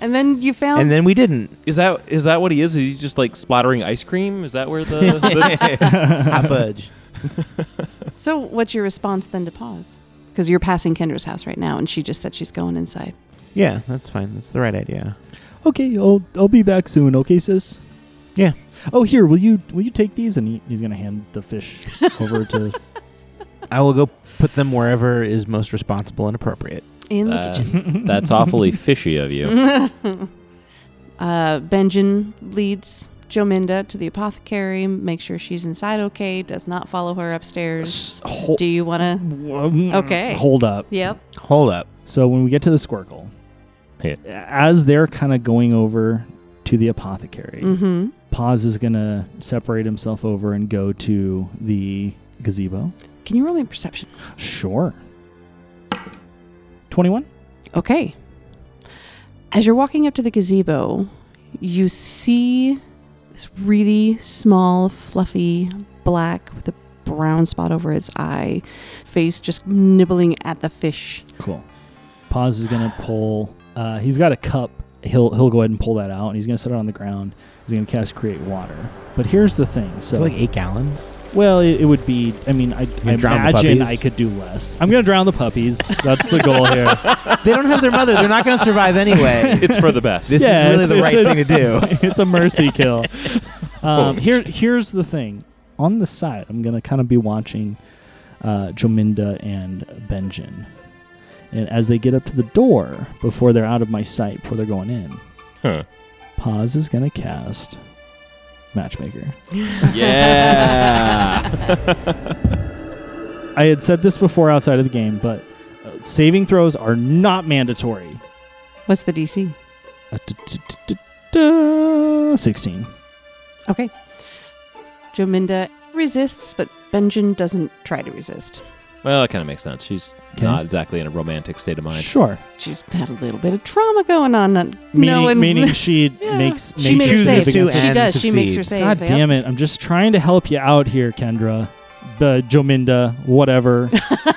[SPEAKER 4] And then you found
[SPEAKER 3] and then we didn't.
[SPEAKER 2] Is that is that what he is? Is he just like splattering ice cream? Is that where
[SPEAKER 3] [LAUGHS]
[SPEAKER 2] the, the
[SPEAKER 1] [LAUGHS]
[SPEAKER 3] [LAUGHS] Half fudge.
[SPEAKER 4] So, what's your response then to pause? Because you're passing Kendra's house right now, and she just said she's going inside.
[SPEAKER 3] Yeah, that's fine. That's the right idea.
[SPEAKER 1] okay i'll i'll be back soon okay sis
[SPEAKER 3] Yeah.
[SPEAKER 1] oh here will you will you take these and he, he's gonna hand the fish over
[SPEAKER 4] [LAUGHS]
[SPEAKER 1] to
[SPEAKER 3] I will go put them wherever is most responsible and appropriate.
[SPEAKER 4] In the
[SPEAKER 2] Uh,
[SPEAKER 4] kitchen.
[SPEAKER 3] [LAUGHS]
[SPEAKER 2] That's awfully fishy of you.
[SPEAKER 4] [LAUGHS] uh, Benjamin leads Jominda to the apothecary, makes sure she's inside okay, does not follow her upstairs.
[SPEAKER 1] S- hol-
[SPEAKER 4] Do you want to? Okay.
[SPEAKER 1] hold up
[SPEAKER 4] Yep.
[SPEAKER 3] Hold up.
[SPEAKER 1] So when we get to the Squircle,
[SPEAKER 2] Yeah.
[SPEAKER 1] as they're kind of going over to the apothecary,
[SPEAKER 4] Mm-hmm.
[SPEAKER 1] Paz is gonna separate himself over and go to the gazebo.
[SPEAKER 4] Can you roll me a perception?
[SPEAKER 1] Sure. Twenty-one.
[SPEAKER 4] Okay. As you're walking up to the gazebo, you see this really small, fluffy black with a brown spot over its eye, face just nibbling at the fish.
[SPEAKER 1] Cool. Paz is gonna pull. Uh, he's got a cup. He'll he'll go ahead and pull that out, and he's gonna set it on the ground. He's gonna cast create water. But here's the thing. So
[SPEAKER 3] It's like eight gallons.
[SPEAKER 1] well, it, it would be. I mean, I, I
[SPEAKER 3] gonna drown the
[SPEAKER 1] imagine
[SPEAKER 3] puppies?
[SPEAKER 1] I could do less. I'm gonna drown the
[SPEAKER 3] [LAUGHS]
[SPEAKER 1] puppies. That's the goal here.
[SPEAKER 3] they don't have their mother. They're not going to survive [LAUGHS] anyway.
[SPEAKER 2] [LAUGHS] It's for the best.
[SPEAKER 3] This
[SPEAKER 1] Yeah,
[SPEAKER 3] is really
[SPEAKER 1] it's-
[SPEAKER 3] the right
[SPEAKER 1] it's a-
[SPEAKER 3] thing to do.
[SPEAKER 1] [LAUGHS] it's a mercy kill. Um,
[SPEAKER 2] Oh,
[SPEAKER 1] here, here's the thing. On the side, I'm gonna kind of be watching uh, Jominda and Benjin, and as they get up to the door before they're out of my sight, before they're going in,
[SPEAKER 2] Huh.
[SPEAKER 1] Paz is gonna cast Matchmaker.
[SPEAKER 3] [LAUGHS]
[SPEAKER 2] Yeah.
[SPEAKER 1] I had said this before outside of the game, but uh, saving throws are not mandatory.
[SPEAKER 4] What's the DC?
[SPEAKER 1] Uh, duh, duh, duh, duh, duh, Sixteen.
[SPEAKER 4] Okay. Jominda resists, but Benjin doesn't try to resist.
[SPEAKER 2] well, that kind of makes sense. She's
[SPEAKER 1] Okay.
[SPEAKER 2] not exactly in a romantic state of mind.
[SPEAKER 1] Sure.
[SPEAKER 4] She's had a little bit of trauma going on. Not
[SPEAKER 1] Meaning,
[SPEAKER 4] knowing- [LAUGHS]
[SPEAKER 1] meaning she
[SPEAKER 4] Yeah.
[SPEAKER 1] makes
[SPEAKER 4] She
[SPEAKER 1] makes
[SPEAKER 4] makes
[SPEAKER 1] chooses
[SPEAKER 4] saves.
[SPEAKER 1] against
[SPEAKER 3] to
[SPEAKER 4] She
[SPEAKER 3] and
[SPEAKER 4] does. She makes
[SPEAKER 3] succeeds.
[SPEAKER 4] her save.
[SPEAKER 1] God
[SPEAKER 4] yep.
[SPEAKER 1] damn it! I'm just trying to help you out here, Kendra, the Jominda,
[SPEAKER 4] [LAUGHS]
[SPEAKER 1] whatever.
[SPEAKER 3] [LAUGHS]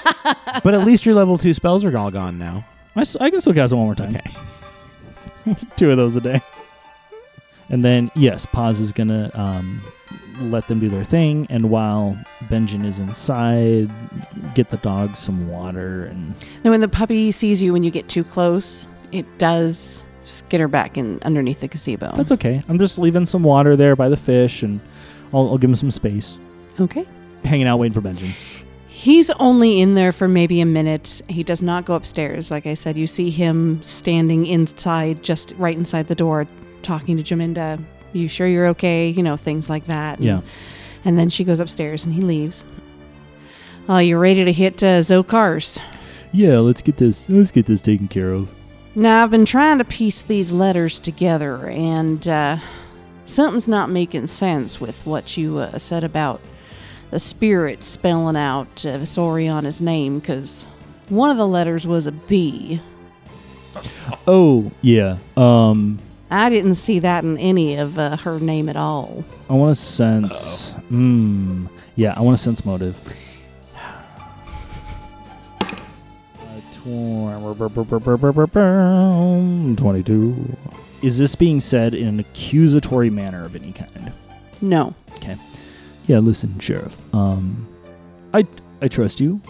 [SPEAKER 3] But at least your level two spells are all gone now.
[SPEAKER 1] I, s- I can still cast it one more time. [LAUGHS] Two of those a day. And then yes, Paz is gonna um, let them do their thing, and while Benjin is inside, get the dog some water and
[SPEAKER 4] Now, when the puppy sees you when you get too close, it does skitter back in underneath the gazebo.
[SPEAKER 1] that's okay. I'm just leaving some water there by the fish, and I'll, I'll give him some space.
[SPEAKER 4] okay.
[SPEAKER 1] Hanging out, waiting for Benjin.
[SPEAKER 4] He's only in there for maybe a minute. He does not go upstairs. Like I said, you see him standing inside, just right inside the door, talking to Jaminda. You sure you're okay? You know, things like that.
[SPEAKER 1] Yeah.
[SPEAKER 4] And then she goes upstairs and he leaves. Oh, you're ready to hit uh, Zokar's.
[SPEAKER 1] Yeah, let's get this. Let's get this taken care of.
[SPEAKER 4] Now, I've been trying to piece these letters together, and uh, something's not making sense with what you uh, said about the spirit spelling out uh, Visoriana's name, because one of the letters was a B.
[SPEAKER 1] Oh yeah. Um,
[SPEAKER 4] I didn't see that in any of uh, her name at all.
[SPEAKER 1] I want to sense. Mm, yeah, I want to sense motive. Uh, tw- Twenty-two. Is this being said in an accusatory manner of any kind?
[SPEAKER 4] No.
[SPEAKER 1] Yeah, listen, sheriff. Um, I I trust you,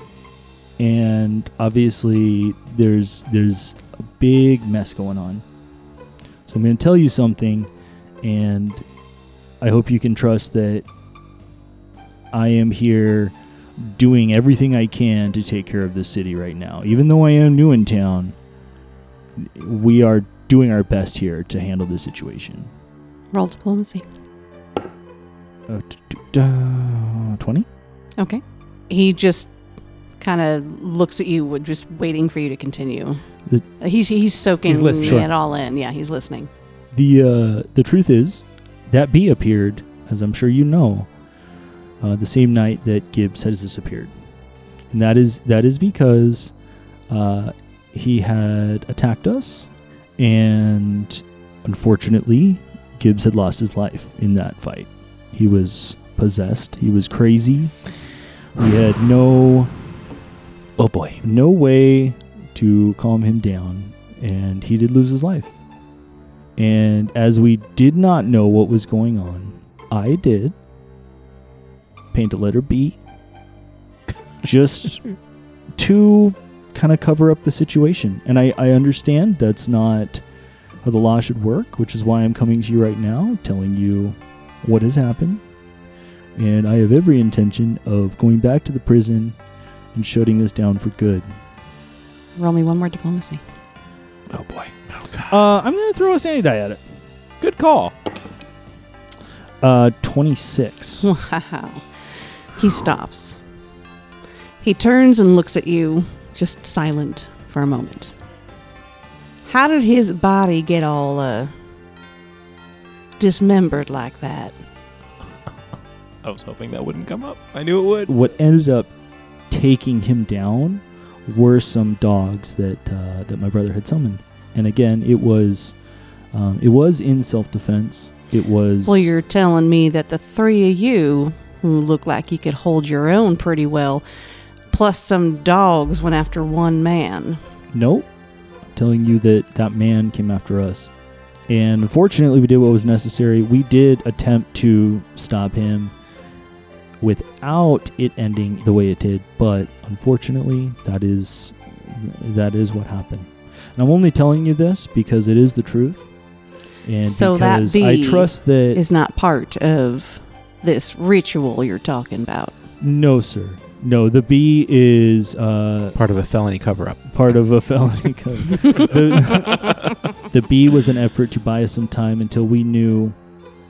[SPEAKER 1] and obviously there's there's a big mess going on. So I'm going to tell you something, and I hope you can trust that I am here doing everything I can to take care of this city right now. Even though I am new in town, we are doing our best here to handle this situation.
[SPEAKER 4] Roll diplomacy.
[SPEAKER 1] Uh, t- t- uh, 20?
[SPEAKER 4] Okay. He just kind of looks at you, just waiting for you to continue.
[SPEAKER 1] The-
[SPEAKER 4] He's, he's soaking
[SPEAKER 3] He's listening.
[SPEAKER 1] Sure.
[SPEAKER 4] it all in. Yeah, he's listening.
[SPEAKER 1] The uh, the truth is, that bee appeared, as I'm sure you know, uh, the same night that Gibbs has disappeared, and that is that is because uh, he had attacked us, and unfortunately, Gibbs had lost his life in that fight. He was possessed. He was crazy. We had no
[SPEAKER 2] [SIGHS] Oh boy.
[SPEAKER 1] no way to calm him down, and he did lose his life. And as we did not know what was going on, I did paint a letter B, just to kind of cover up the situation. And I, I understand that's not how the law should work, which is why I'm coming to you right now, telling you what has happened. And I have every intention of going back to the prison and shutting this down for good.
[SPEAKER 4] Roll me one more diplomacy.
[SPEAKER 2] Oh boy. Oh, God.
[SPEAKER 1] Uh, I'm gonna throw a sanity die at it.
[SPEAKER 2] Good call.
[SPEAKER 1] Uh, [LAUGHS] 26.
[SPEAKER 4] Wow. He stops. He turns and looks at you, just silent for a moment. How did his body get all uh, dismembered like that?
[SPEAKER 2] I was hoping that wouldn't come up. I knew it would.
[SPEAKER 1] what ended up taking him down were some dogs that uh, that my brother had summoned, and again, it was um, it was in self defense. It was
[SPEAKER 4] Well, you're telling me that the three of you who looked like you could hold your own pretty well, plus some dogs went after one man.
[SPEAKER 1] Nope. I'm telling you that that man came after us. And unfortunately, we did what was necessary. We did attempt to stop him without it ending the way it did, but unfortunately, that is that is what happened. And I'm only telling you this because it is the truth. And
[SPEAKER 4] So that
[SPEAKER 1] because I
[SPEAKER 4] bee
[SPEAKER 1] trust that
[SPEAKER 4] Is not part of this ritual you're talking about.
[SPEAKER 1] no, sir. No, the bee is uh,
[SPEAKER 3] Part of a felony cover up.
[SPEAKER 1] part of a felony [LAUGHS] code. the, the [LAUGHS] B was an effort to buy us some time until we knew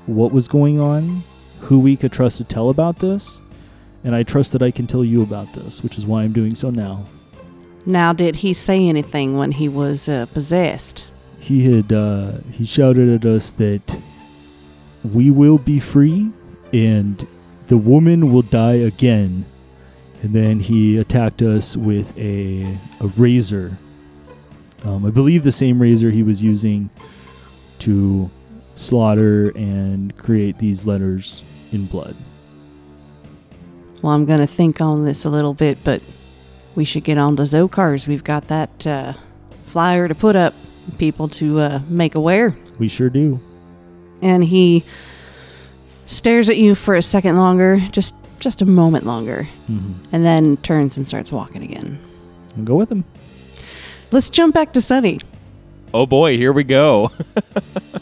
[SPEAKER 1] what was going on, who we could trust to tell about this, and I trust that I can tell you about this, which is why I'm doing so now.
[SPEAKER 4] Now, did he say anything when he was uh, possessed?
[SPEAKER 1] He had uh, he shouted at us that we will be free and the woman will die again. And then he attacked us with a, a razor. Um, I believe the same razor he was using to slaughter and create these letters in blood.
[SPEAKER 4] Well, I'm going to think on this a little bit, but we should get on to Zokar's. We've got that uh, flyer to put up, people to uh, make aware.
[SPEAKER 1] We sure do.
[SPEAKER 4] And he stares at you for a second longer, just just a moment longer,
[SPEAKER 1] Mm-hmm.
[SPEAKER 4] and then turns and starts walking again.
[SPEAKER 1] I'll go with him.
[SPEAKER 4] Let's jump back to Sunny.
[SPEAKER 2] Oh boy, here we go. [LAUGHS]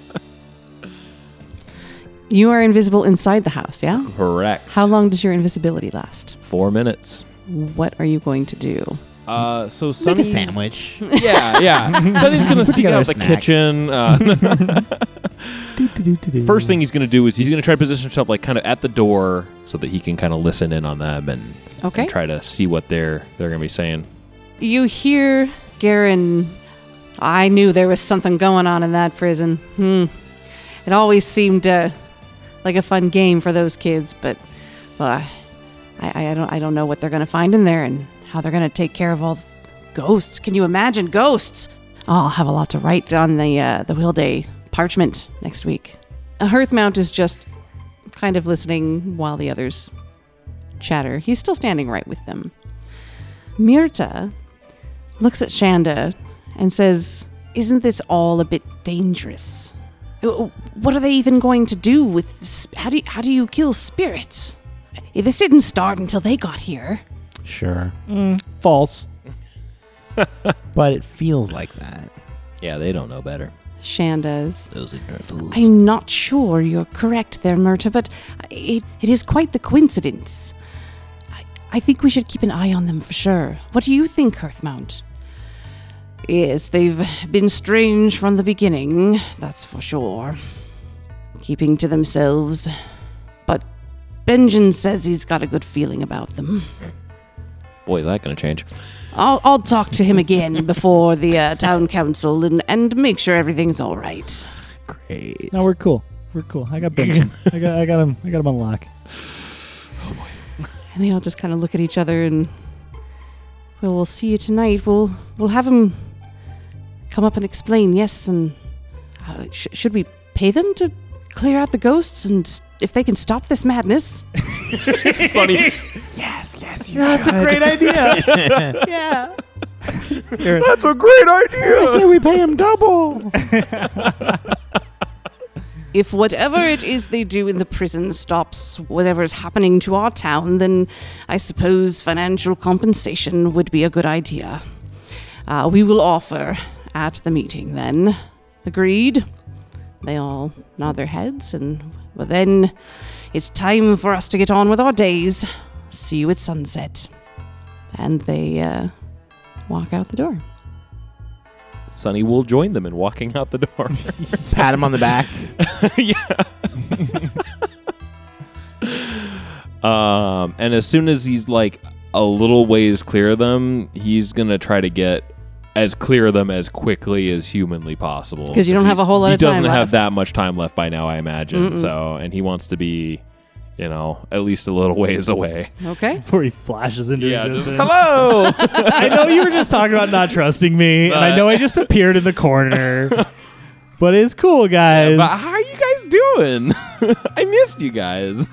[SPEAKER 4] You are invisible inside the house, yeah?
[SPEAKER 2] Correct.
[SPEAKER 4] How long does your invisibility last?
[SPEAKER 2] Four minutes.
[SPEAKER 4] What are you going to do?
[SPEAKER 2] Uh, so
[SPEAKER 3] Make a
[SPEAKER 2] Sunny's,
[SPEAKER 3] sandwich.
[SPEAKER 2] Yeah,
[SPEAKER 3] [LAUGHS]
[SPEAKER 4] [LAUGHS]
[SPEAKER 2] yeah. Sunny's gonna
[SPEAKER 3] Put
[SPEAKER 2] seek
[SPEAKER 3] together
[SPEAKER 2] out
[SPEAKER 3] a
[SPEAKER 2] the
[SPEAKER 3] snack.
[SPEAKER 2] kitchen. Uh,
[SPEAKER 3] [LAUGHS]
[SPEAKER 1] Do-do-do-do-do.
[SPEAKER 2] first thing he's gonna do is he's gonna try to position himself like kind of at the door so that he can kind of listen in on them and,
[SPEAKER 4] Okay.
[SPEAKER 2] and try to see what they're they're gonna be saying.
[SPEAKER 4] You hear Garen. I knew there was something going on in that prison. Hmm. It always seemed uh, like a fun game for those kids, but uh, I, I don't, I don't know what they're going to find in there and how they're going to take care of all the ghosts. Can you imagine ghosts? Oh, I'll have a lot to write on the uh, the Wheel Day parchment next week. A Hearthmount is just kind of listening while the others chatter. He's still standing right with them. Myrta looks at Shanda and says, Isn't this all a bit dangerous? Uh, What are they even going to do with. s- How do you, how do you kill spirits? Eh, This didn't start until they got here.
[SPEAKER 3] Sure. [LAUGHS]
[SPEAKER 1] False.
[SPEAKER 3] But it feels like that.
[SPEAKER 2] Yeah, they don't know better.
[SPEAKER 4] Shanda's.
[SPEAKER 3] Those ignorant fools.
[SPEAKER 4] I'm not sure you're correct there, Myrta, but it, it is quite the coincidence. I, I think we should keep an eye on them for sure. What do you think, Hearthmount? Yes, they've been strange from the beginning, that's for sure. Keeping to themselves. But Benjamin says he's got a good feeling about them.
[SPEAKER 2] Boy, is that gonna change.
[SPEAKER 4] I'll, I'll talk to him again [LAUGHS] before the uh, town council and, and make sure everything's all right.
[SPEAKER 3] Great.
[SPEAKER 1] No, we're cool. We're cool. I [LAUGHS] got Benjamin. I got I got him. I got him on lock.
[SPEAKER 4] and they all just kind of look at each other and well we'll see you tonight we'll we'll have him come up and explain yes and uh, sh- should we pay them to clear out the ghosts and s- if they can stop this madness
[SPEAKER 2] Sunny,
[SPEAKER 3] That's a great idea. [LAUGHS]
[SPEAKER 1] Yeah.
[SPEAKER 2] that's a great idea.
[SPEAKER 3] say we pay him double.
[SPEAKER 4] if whatever it is they do in the prison stops whatever is happening to our town then i suppose financial compensation would be a good idea uh, we will offer at the meeting then Agreed. They all nod their heads, and well, then it's time for us to get on with our days. See you at sunset. And they uh, walk out the door.
[SPEAKER 2] Sunny will join them in walking out the door. [LAUGHS]
[SPEAKER 3] Pat him on the back.
[SPEAKER 2] Um, and as soon as he's like a little ways clear of them, he's gonna try to get as clear of them as quickly as humanly possible.
[SPEAKER 4] 'Cause you don't have
[SPEAKER 2] he's-
[SPEAKER 4] a whole lot
[SPEAKER 2] He
[SPEAKER 4] of time
[SPEAKER 2] doesn't have
[SPEAKER 4] left.
[SPEAKER 2] that much time left by now, I imagine.
[SPEAKER 4] Mm-mm.
[SPEAKER 2] So, and he wants to be, you know, at least a little ways away.
[SPEAKER 3] [LAUGHS]
[SPEAKER 4] Okay.
[SPEAKER 1] Before he flashes into existence. [LAUGHS]
[SPEAKER 2] hello.
[SPEAKER 1] I know you were just talking about not trusting
[SPEAKER 3] [LAUGHS]
[SPEAKER 1] me, and I know I just appeared in the corner. But it's cool, guys.
[SPEAKER 2] but how are you guys doing? [LAUGHS] I missed you guys.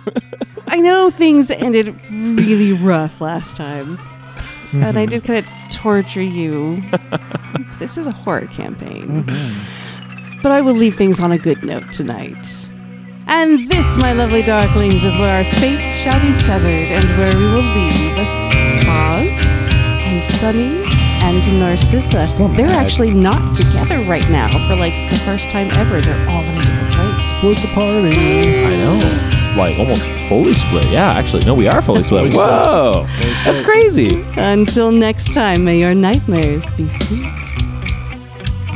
[SPEAKER 4] I know things ended really rough last time, and
[SPEAKER 2] Mm-hmm.
[SPEAKER 4] I did kind of
[SPEAKER 2] [LAUGHS]
[SPEAKER 4] torture you. this is a horror campaign,
[SPEAKER 2] Mm-hmm.
[SPEAKER 4] but I will leave things on a good note tonight. And this, my lovely darklings, is where our fates shall be severed and where we will leave Oz and Sunny and Narcissa.
[SPEAKER 5] Still
[SPEAKER 4] They're
[SPEAKER 5] mad.
[SPEAKER 4] actually not together right now for like the first time ever. They're all in a different place.
[SPEAKER 5] Split the party.
[SPEAKER 2] I know. Like almost fully split. Yeah, actually, no, we are fully split. Whoa, that's crazy.
[SPEAKER 4] Until next time, may your nightmares be sweet.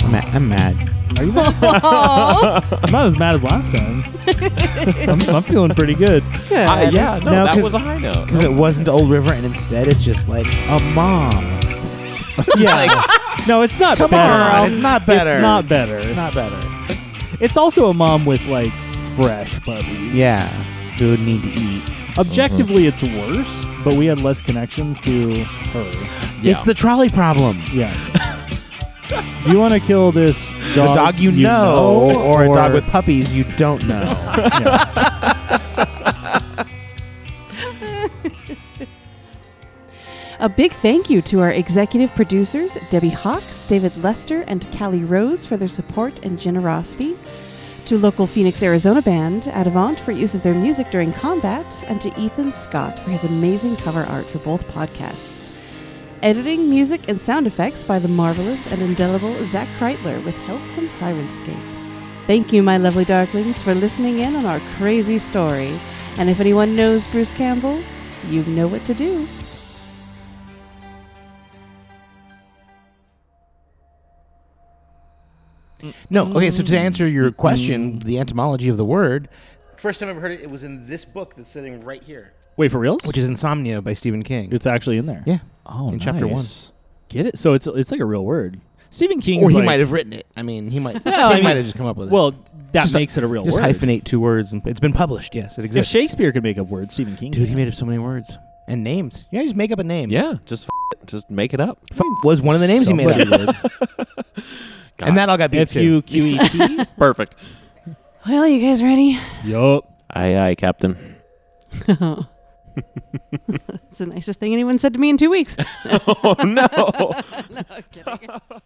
[SPEAKER 3] I'm mad. I'm mad.
[SPEAKER 5] Are you mad?
[SPEAKER 3] [LAUGHS]
[SPEAKER 1] I'm not as mad as last time. I'm, I'm feeling pretty good.
[SPEAKER 4] Good.
[SPEAKER 2] I, Uh, yeah, no,
[SPEAKER 3] Now,
[SPEAKER 2] that
[SPEAKER 3] 'cause-
[SPEAKER 2] was a high note.
[SPEAKER 3] Because it wasn't Old River, and instead it's just like a mom. [LAUGHS]
[SPEAKER 1] Yeah. no, it's not
[SPEAKER 3] Come
[SPEAKER 1] better.
[SPEAKER 3] on, it's not better.
[SPEAKER 1] It's not better.
[SPEAKER 3] It's not better.
[SPEAKER 1] It's also a mom with like fresh puppies.
[SPEAKER 3] Yeah, who would need to eat.
[SPEAKER 1] Objectively, it's worse, but we had less connections to her.
[SPEAKER 2] Yeah.
[SPEAKER 3] It's the trolley problem.
[SPEAKER 1] Yeah. Do you want to kill this dog?
[SPEAKER 3] a dog you, know, or, a dog with puppies you don't know.
[SPEAKER 1] [LAUGHS] Yeah.
[SPEAKER 4] A big thank you to our executive producers, Debbie Hawks, David Lester, and Callie Rose for their support and generosity. To local Phoenix, Arizona band Adavant for use of their music during combat, and to Ethan Scott for his amazing cover art for both podcasts. Editing, music, and sound effects by the marvelous and indelible Zach Kreitler with help from Sirenscape. Thank you, my lovely darklings, for listening in on our crazy story. And if anyone knows Bruce Campbell, you know what to do.
[SPEAKER 3] no, okay, so to answer your question, the etymology of the word,
[SPEAKER 6] First time I ever heard it, it was in this book that's sitting right here.
[SPEAKER 1] Wait for reals?
[SPEAKER 3] which is Insomnia by Stephen King.
[SPEAKER 1] it's actually in there.
[SPEAKER 3] yeah.
[SPEAKER 1] Oh,
[SPEAKER 3] In chapter one.
[SPEAKER 1] nice. Get it? So it's it's like a real word. Stephen King's
[SPEAKER 3] Or he
[SPEAKER 1] like-
[SPEAKER 3] might have written it. I mean, he [LAUGHS] might
[SPEAKER 1] No, I
[SPEAKER 3] he might
[SPEAKER 1] mean-
[SPEAKER 3] have just come up with it.
[SPEAKER 1] [LAUGHS] Well, that
[SPEAKER 3] Just-
[SPEAKER 1] makes it a real
[SPEAKER 3] just
[SPEAKER 1] word.
[SPEAKER 3] hyphenate two words and it's been published. Yes, it
[SPEAKER 1] If
[SPEAKER 3] exists.
[SPEAKER 1] Shakespeare could make up words, Stephen King.
[SPEAKER 3] Dude,
[SPEAKER 1] can.
[SPEAKER 3] he made up so many words and names. Yeah, just make up a name.
[SPEAKER 2] Yeah, just f- it. just make it up.
[SPEAKER 1] I mean,
[SPEAKER 3] was one of the names he made up.
[SPEAKER 1] somebody
[SPEAKER 3] [LAUGHS]
[SPEAKER 1] would.
[SPEAKER 2] God,
[SPEAKER 3] And that all got beat
[SPEAKER 1] F
[SPEAKER 3] too.
[SPEAKER 1] U Q E T.
[SPEAKER 2] [LAUGHS] perfect.
[SPEAKER 4] Well, you guys ready? [LAUGHS]
[SPEAKER 1] Yup.
[SPEAKER 2] Aye, aye, Captain.
[SPEAKER 4] it's [LAUGHS] the nicest thing anyone's said to me in two weeks.
[SPEAKER 2] [LAUGHS] Oh no.
[SPEAKER 4] No, I'm kidding.